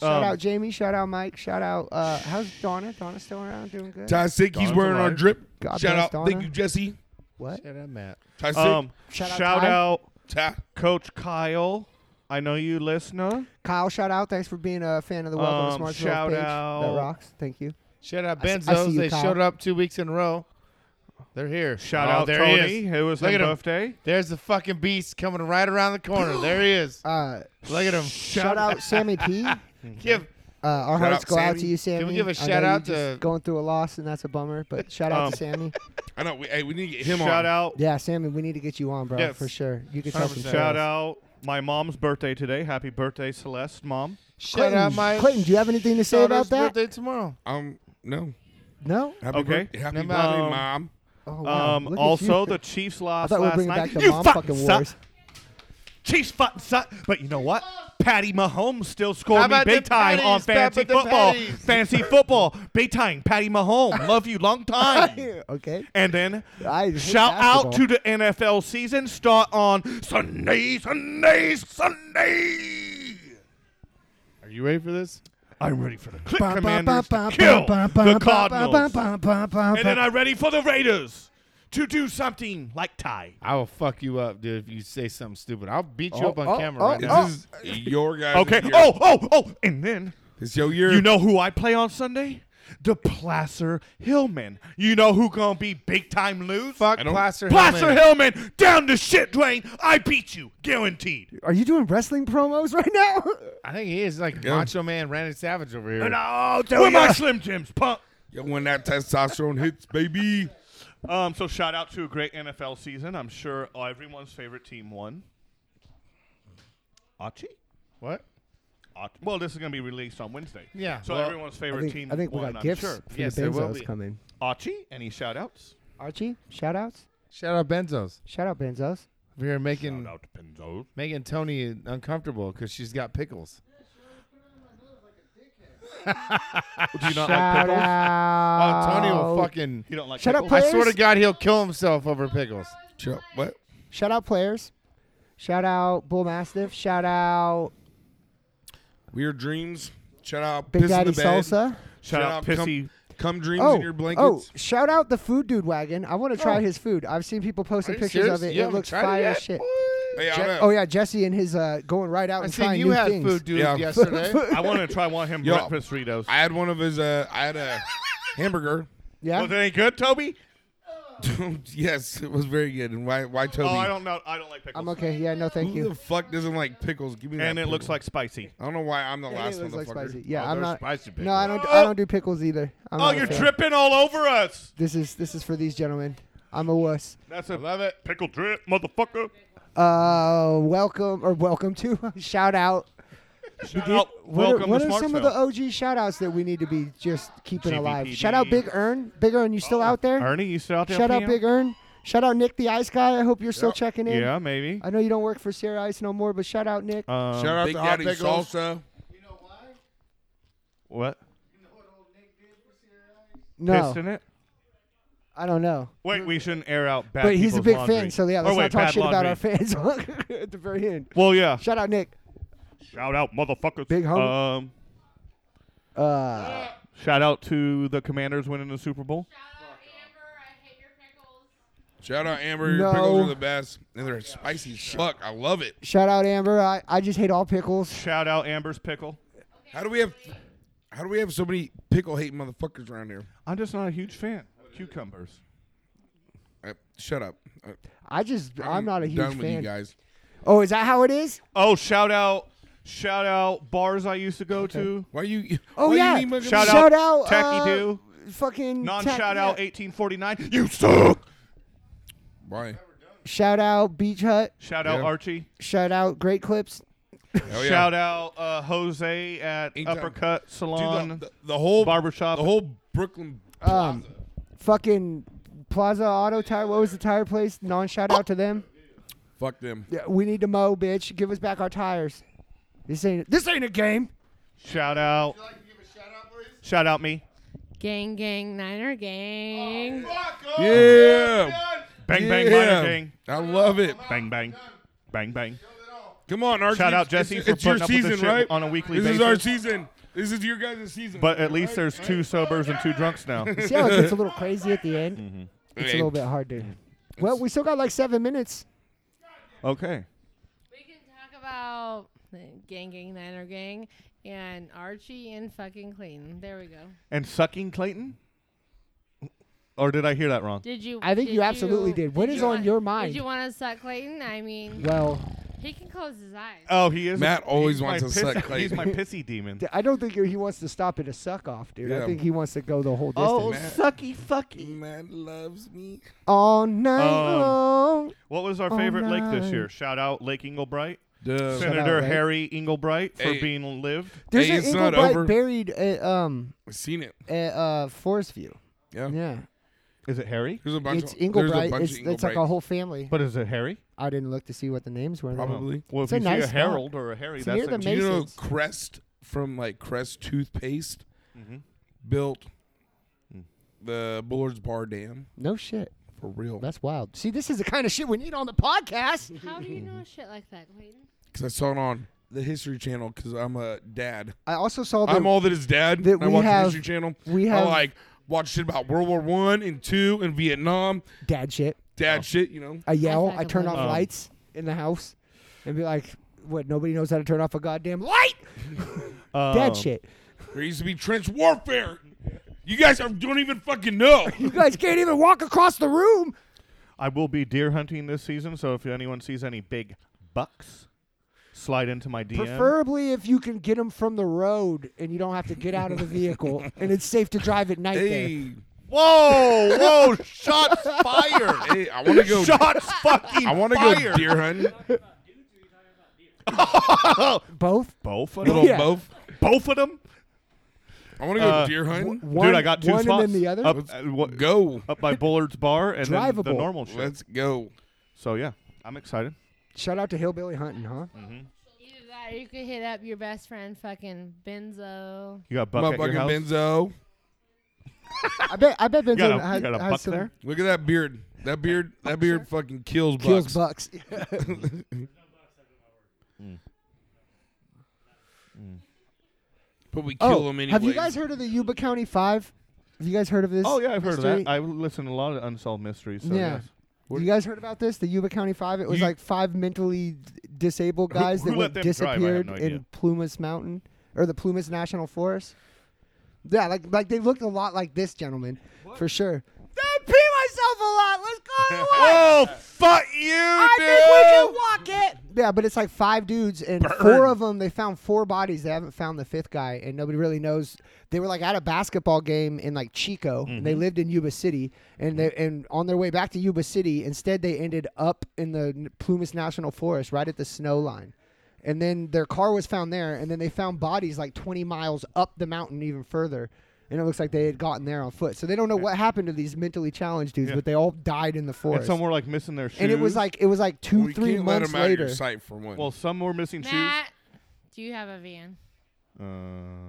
D: Shout
C: Um,
D: out Jamie. Shout out Mike. Shout out. Uh, how's Donna? Donna still around? Doing good.
F: Ty Sick. He's
C: Donna's
F: wearing our
C: alive.
F: drip.
D: God
F: shout
D: bless
F: out.
D: Donna.
F: Thank you, Jesse.
D: what?
B: Shut up, Matt.
F: Ty Sick.
C: Um,
D: Shout out
C: shout
D: Kyle.
C: out
F: Ty.
C: Coach Kyle. I know you, listener.
D: Kyle, shout out. Thanks for being a fan of the Welcome
C: Um,
D: to Smart
C: shout
D: page.
C: out-
D: That rocks. Thank you.
B: Shut up,
D: I s- I see
B: Benzos.
D: you,
B: They
D: Kyle.
B: showed up two weeks in a row. They're here.
C: Shout
B: Oh,
C: out
B: there he
C: Tony.
B: is.
C: It was
B: Look
C: his
B: at him.
C: birthday.
B: There's the fucking beast coming right around the corner. there he is.
D: Uh,
B: Look at him.
D: shout out Sammy P. Uh,
B: Give
D: our
F: Shout
D: hearts
F: out
D: go out to
F: Sammy.
D: you, Sammy.
B: we give a
D: I know
B: shout
D: you
B: out
D: just
B: to-
D: going through a loss, and that's a bummer. But shout out
C: Um,
D: to Sammy.
F: I know. We, hey, we need to get him
C: shout
F: on.
C: out.
D: Yeah, Sammy, we need to get you on, bro,
B: Yes.
D: for sure. You can tell some
B: 100%.
C: Shout
D: stories.
C: out my mom's birthday today. Happy birthday, Celeste, mom.
B: shut
D: Clayton,
B: up, my
D: Clayton, do you have anything to say
B: daughter's
D: about that?
B: birthday tomorrow.
F: Um, no.
D: No.
F: Happy
C: Okay.
F: birth- happy
B: Um,
F: birthday, mom.
D: Oh, wow.
C: Um,
D: Look at
C: also,
D: you.
C: the Chiefs
D: I
C: lost
D: thought we were
C: last
D: bringing
C: night.
D: back the
C: you
D: mom
C: fucking
D: fucking
C: suck.
D: wars.
C: Chiefs fucking suck. But you know what? Patty Mahomes still
B: How
C: scored me
B: about
C: big
B: the
C: time
B: patties?
C: on
B: Stop
C: fantasy
B: with the
C: football.
B: patties.
C: Fantasy football. Big time. Patty Mahomes. Love you long time.
D: Okay.
C: And then
D: I hate
C: shout out
D: basketball.
C: to the NFL season. Start on Sunday, Sunday, Sunday.
B: Are you ready for this?
C: I'm ready for the click
D: Bum, bum,
C: commanders
D: bum,
C: to kill
D: bum, bum,
C: the
D: bum, bum, bum,
C: Cardinals.
D: bum, bum, bum,
C: And
D: bum.
C: then I'm ready for the Raiders to do something like Ty.
B: I will fuck you up, dude, if you say something stupid. I'll beat you
D: Oh,
B: up on
D: oh,
B: camera
D: oh,
B: right
F: This
B: now.
F: is your guy.
C: Okay. Oh, oh, oh. And then
F: It's your year.
C: you know who I play on Sunday?
F: Who?
C: the Placer Hillman. You know who gonna be big time lose?
E: Fuck
F: I don't-
E: Placer
C: Placer
E: Hillman.
C: Hillman down to shit, Dwayne. I beat you, guaranteed.
D: Are you doing wrestling promos right now?
E: I think he is like
F: Yeah.
E: Macho Man Randy Savage over here.
C: And I'll tell Where my Slim Jims, punk?
F: Yo, when that testosterone hits, baby.
C: Um, so shout out to a great NFL season. I'm sure everyone's favorite team won. Achi?
E: What?
C: Achi. Well, this is gonna be released on Wednesday.
E: Yeah,
C: So
E: well,
C: everyone's
D: I
C: favorite team
D: think, I think we
C: won.
D: got
C: I'm
D: gifts
C: sure.
D: for
E: Yes,
D: the
E: there will
D: Benzos
E: be.
D: coming.
C: Achi, any shout outs?
D: Archie, shout outs.
E: Shout out Benzos.
D: Shout out Benzos.
E: Over here making
C: out to Penzo.
E: making Tony uncomfortable because she's got pickles.
C: Do you not
D: shout
C: like pickles?
E: Oh,
D: out.
E: Tony will fucking.
C: You don't like
D: Shut up,
C: pickles?
E: I swear to
D: Players?
E: God, he'll kill himself over pickles.
F: Chill. What?
D: Shout out players. Shout out Bull Mastiff. Shout out
F: Weird dreams. Shout out.
D: Big
F: piss
D: Daddy
F: in the bed.
D: Salsa.
C: Shout out
F: cum-
C: Pissy.
F: Cum dreams
D: Oh,
F: in your
D: oh,
F: blankets.
D: shout out the food dude wagon. I want to try
E: Oh.
D: his food. I've seen people posting
E: Are you
D: pictures
E: serious?
D: of it.
E: You
D: it
E: haven't
D: looks
E: tried it
D: fire
E: yet?
D: as shit.
F: Hey, I
D: Je-
F: know.
D: oh yeah, Jesse and his uh, going right out
E: I
D: and
E: seen
D: trying
E: you
D: new
E: had
D: things.
E: food, dude,
F: Yeah.
E: yesterday.
C: I want to try one of him
F: Yo.
C: breakfast Fritos.
F: I had one of his. Uh, I had a hamburger.
D: Yeah,
C: Was it any good, Toby?
F: yes, it was very good. And why? Why Toby?
C: Oh, I don't know. I don't like pickles.
D: I'm okay. Yeah, no, thank
F: Who
D: you.
F: the fuck doesn't like pickles? Give me that.
C: And it
F: pickle.
C: looks like spicy.
F: I don't know why I'm the
D: Yeah, it
F: last
D: looks
F: motherfucker.
D: like spicy. Yeah,
C: Oh,
D: I'm
C: they're
D: not.
C: spicy
D: No, I don't. I
C: Oh.
D: don't do pickles either. I'm
C: Oh,
D: not a
C: you're
D: fan.
C: dripping all over us.
D: This is this is for these gentlemen. I'm a wuss.
C: That's a love it. Pickle drip, motherfucker.
D: Uh, welcome or welcome to shout out.
C: Shout
D: Dude,
C: out.
D: what are,
C: Welcome
D: what
C: to
D: are
C: Smartsville.
D: some of the OG shout outs that we need to be just keeping alive?
C: GVPD.
D: Shout out Big Earn. Big Earn, you
C: Oh,
D: still out there?
C: Ernie, you still out there?
D: Shout out
C: PM?
D: Big Earn. Shout out Nick the Ice Guy. I hope you're still checking in.
C: Yeah, maybe.
D: I know you don't work for Sierra Ice no more, but shout out Nick.
C: Um,
F: Shout out
E: Big
F: to
E: Daddy
F: Daddy Salsa.
C: What?
D: no,
C: Pissed in it?
D: I don't know.
C: Wait, we shouldn't air out bad
D: But he's a
C: people's
D: big
C: laundry.
D: fan, so yeah,
C: Or
D: let's
C: wait,
D: not talk
C: bad
D: shit about
C: laundry.
D: our fans at the very end.
C: Well, yeah.
D: Shout out Nick.
C: Shout out, motherfuckers.
D: Big homie.
C: Um,
D: Uh,
C: shout out to the Commanders winning the Super Bowl.
F: Shout out Amber.
D: No.
F: Your pickles are the best, and they're spicy as fuck. I love it.
D: shout out Amber. I, I just hate all pickles.
C: Shout out Amber's pickle.
F: How do we have? How do we have so many pickle hating motherfuckers around here?
C: I'm just not a huge fan. Cucumbers.
F: Uh, shut up. Uh,
D: I just I'm, not a huge
F: done
D: fan.
F: with you guys.
D: Oh, is that how it is?
C: Oh, shout out, shout out bars I used to go to.
F: Why you?
D: Oh
F: why
D: yeah.
F: You need my-
C: Shout out Tacky
D: uh,
C: Do.
D: Fucking
C: Non
D: Tack-
C: shout out
D: yeah.
C: 1849. You suck.
F: why?
D: Shout out Beach Hut.
C: Shout out
F: Yeah.
C: Archie.
D: Shout out Great Clips.
F: Hell yeah.
C: Shout out uh, Jose at
F: Anytime.
C: Uppercut Salon
F: Dude, the, the, the whole
C: Barbershop.
F: the whole Brooklyn.
D: Um, fucking Plaza Auto Tire. What was the tire place? Non shout out to them.
F: Fuck them.
D: Yeah, we need to mow, bitch. Give us back our tires. This ain't this ain't a game.
C: shout out. Shout out me.
J: Gang, gang, Niner,
D: Oh,
J: gang.
F: Yeah.
C: Bang bang
F: Yeah.
C: minor gang.
F: I love it.
C: Bang bang. Bang bang.
F: Come on, Archie.
C: Shout out
F: It's-
C: Jesse
F: it's,
C: for
F: it's your
C: putting up with this
F: season,
C: shit
F: right?
C: on a weekly
F: this is our
C: basis.
F: season. This is your guys' season.
C: But at least there's two sobers and two drunks now.
D: See how it gets a little crazy at the end? It's a little bit hard to. Well, we still got like seven minutes.
C: okay.
J: We can talk about the gang, gang, Niner, gang, and Archie and fucking Clayton. There we go.
C: And sucking Clayton? Or did I hear that wrong?
J: Did you?
D: I think you absolutely did. What is
J: you
D: on
J: wa-
D: your mind?
J: Did you want to suck Clayton? I mean,
D: Well,
J: he can close his eyes.
C: Oh, he is.
F: Matt always wants
C: my
F: to
C: piss-
F: suck Clayton.
C: He's my pissy demon.
D: d- I don't think he wants to stop at a suck off, dude. I
F: Yeah.
D: think he wants to go the whole distance.
C: Oh,
F: Matt.
C: sucky fucky.
F: man loves me.
D: All night
C: Um,
D: long.
C: What was our
D: Oh,
C: favorite lake this
D: no.
C: year? Shout out Lake Inglebright.
F: Duh.
D: Shout out,
C: Senator
D: Lake.
C: Harry Inglebright for
F: Hey.
C: being lived.
D: There's
F: hey,
D: an
F: it's not
D: Inglebright
F: over.
D: buried at um
F: I've seen it.
D: at uh Forest View.
F: Yeah.
D: Yeah,
C: Is it Harry?
F: There's a bunch
D: it's
F: of there's a
D: Inglebright.
F: bunch
D: It's,
F: of
D: it's like a
F: Inglebright.
D: whole family.
C: But is it Harry?
D: I didn't look to see what the names were. though.
F: probably.
C: Well,
D: It's
C: if
D: a
C: you
D: nice
C: see a
D: spot.
C: Harold or a Harry,
D: It's
C: that's
D: near
C: a
D: the
F: Do you know
D: Masons.
F: Crest from like Crest toothpaste built the Bullards Bar Dam
D: No shit.
F: for real?
D: That's wild. See, this is the kind of shit we need on the podcast.
J: How do you know shit like that, Clayton?
F: Because I saw it on the History Channel. Because I'm a dad.
D: I also saw the
F: I'm all that is dad.
D: that
F: and I
D: we
F: watch
D: have-
F: the History Channel.
D: we
F: I
D: have-
F: like watch shit about World War One and Two and Vietnam,
D: dad shit.
F: dad shit. You know.
D: I yell. I
J: fucking
D: turn
J: love
D: off
C: it. Um,
D: lights
F: Oh.
D: in the house and be like, "What? Nobody knows how to turn off a goddamn light."
F: Oh.
C: Uh,
D: Dad shit.
F: There used to be trench warfare. You guys are, don't even fucking know.
D: You guys can't even walk across the room.
C: I will be deer hunting this season, so if anyone sees any big bucks, slide into my DM.
D: Preferably if you can get them from the road and you don't have to get out of the vehicle and it's safe to drive at night there.
F: hey,
C: Whoa, whoa, shots fired.
F: hey, I want to go.
C: Shots fucking
F: I want to go deer hunting.
D: Both?
C: Both of
F: Little
C: them?
D: Yeah.
F: both.
C: Both of them?
F: I want to go
C: Uh,
F: deer hunting.
D: One,
C: Dude, I got two
D: one
C: spots.
D: and then the other?
C: Up, uh, what-
F: go.
C: up by Bullard's Bar and then the
D: Drivable.
C: normal shit.
F: Let's go.
C: so, yeah, I'm excited.
D: Shout out to Hillbilly Hunting, huh?
J: Either that or you could hit up your best friend, fucking Benzo.
C: You got Buck at your
F: Motherfucking
C: house?
F: Benzo.
D: I bet I bet Benzo
C: got a-
D: has,
C: you got a
D: has
C: buck
D: some
C: there?
F: Look at that beard. That beard. That beard fucking kills bucks.
D: kills bucks.
F: But we kill
D: oh,
F: them anyway.
D: have you guys heard of the Yuba County Five? Have you guys heard of this?
C: Oh, yeah, I've heard
D: mystery?
C: of that. I've listened to a lot of Unsolved Mysteries. So
D: Yeah.
C: yes.
D: You guys heard about this? The Yuba County Five. It was
C: You-
D: like five mentally d- disabled guys
C: who
D: that
C: let
D: went
C: them drive? I have
D: disappeared
C: no idea.
D: in Plumas Mountain or the Plumas National Forest. Yeah, like like they looked a lot like this gentleman for sure. Don't pee myself a lot. Let's go. away.
C: Oh, fuck you, dude.
D: walk it. Yeah, but it's like five dudes and four of them. They found four bodies. They haven't found the fifth guy, and nobody really knows. They were like at a basketball game in like Chico.
C: Mm-hmm.
D: And they lived in Yuba City, and they and on their way back to Yuba City, instead they ended up in the N- Plumas National Forest, right at the snow line. And then their car was found there, and then they found bodies like 20 miles up the mountain, even further. And it looks like they had gotten there on foot. So they don't know what happened to these mentally challenged dudes,
C: Yeah.
D: but they all died in the forest
C: And some were like missing their shoes.
D: and it was like it was like two,
F: We
D: 3
F: can't let
D: months
F: them out of
D: later.
F: your sight for one.
C: Well, some were missing shoes.
J: Matt, do you have a van?
C: Uh,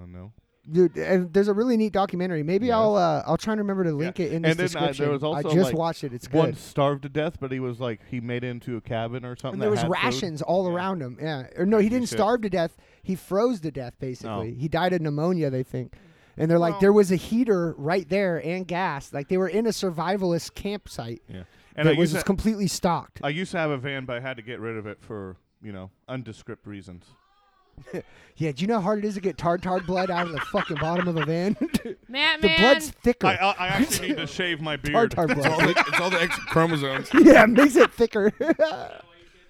C: no.
D: Dude, and there's a really neat documentary. Maybe I'll uh, I'll try and remember to link
C: Yeah.
D: it in
C: And
D: this
C: then, uh, there
D: description.
C: was also,
D: I just
C: like,
D: watched it. It's good.
C: One starved to death, but he was like he made it into a cabin or something.
D: and there
C: that
D: was
C: had food.
D: rations all around him. Yeah. Or no, he didn't
C: shit.
D: starve to death. He froze to death basically. He died of pneumonia, they think. And they're like, there was a heater right there and gas. Like they were in a survivalist campsite
C: Yeah. And
D: and
C: I
D: that was
C: used,
D: just
C: to,
D: completely stocked.
C: I used to have a van, but I had to get rid of it for you know undescript reasons.
D: yeah, do you know how hard it is to get tartar blood out of the fucking bottom of a van? the
J: Matt, man.
D: blood's thicker.
C: I, uh, I, I actually need to shave my beard.
D: tartar
F: it's, all
D: blood.
F: the, it's all the extra chromosomes
D: yeah, it makes it thicker.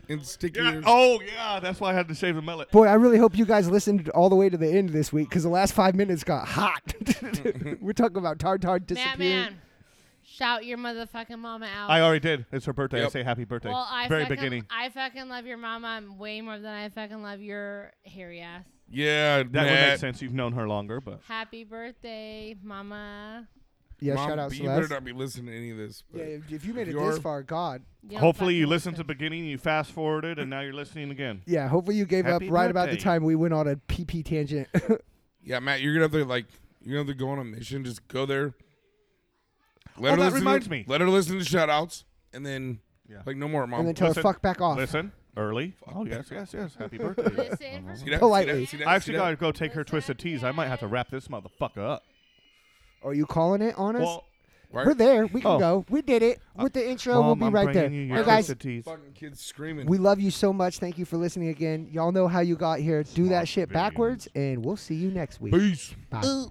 F: and sticky.
C: Yeah. Oh yeah, that's why I had to shave the mullet.
D: Boy, I really hope you guys listened all the way to the end this week because the last five minutes got hot. We're talking about Tartar
J: Matt,
D: disappearing.
J: man. Shout your motherfucking mama out.
C: I already did. It's her birthday. I
F: Yep.
C: say happy birthday.
J: Uh, well, I
C: Very
J: fucking,
C: beginning.
J: I fucking love your mama way more than I fucking love your hairy ass.
F: Yeah,
C: That would make
F: Matt.
C: sense. You've known her longer, but
J: Happy birthday, mama.
D: Yeah,
F: Mom,
D: shout out
F: but you better
D: Celeste.
F: not be listening to any of this. but-
D: Yeah, if if you made
F: If
D: it
F: you
D: this
F: are-
D: far, God.
J: don't
C: hopefully you
J: fucking
C: listened to the beginning, you fast forwarded, and now you're listening again.
D: Yeah, hopefully you gave
C: Happy
D: up right about the
C: birthday.
D: time we went on a PP tangent.
F: Yeah, Matt, you're gonna have to like you're gonna have to go on a mission. Just go there. Let
C: Oh, that
F: listen to-
C: reminds me.
F: Let her listen to shout outs and then
C: Yeah.
F: like no more mom.
D: and then tell her
C: listen,
D: fuck back off.
C: Listen early. Oh yes, yes, yes. Happy birthday.
J: Listen for
F: See that?
D: Politely.
F: See that? See that?
C: I actually
F: See
C: got
F: that?
C: to go take her twisted teas. I might have to wrap this motherfucker up.
D: Are you calling it on us?
C: Well,
F: Why are
D: We're there. We can
C: Oh. Uh,
D: go. We did it with the intro. we'll
C: Mom,
D: be
C: I'm
D: right there.
C: bringing you your
D: Hey, guys,
C: twisted teas.
F: fucking kids screaming.
D: we love you so much. Thank you for listening again. Y'all know how you got here. Do that
C: Smart
D: shit
C: videos.
D: backwards, and we'll see you next week.
F: Peace.
D: Bye.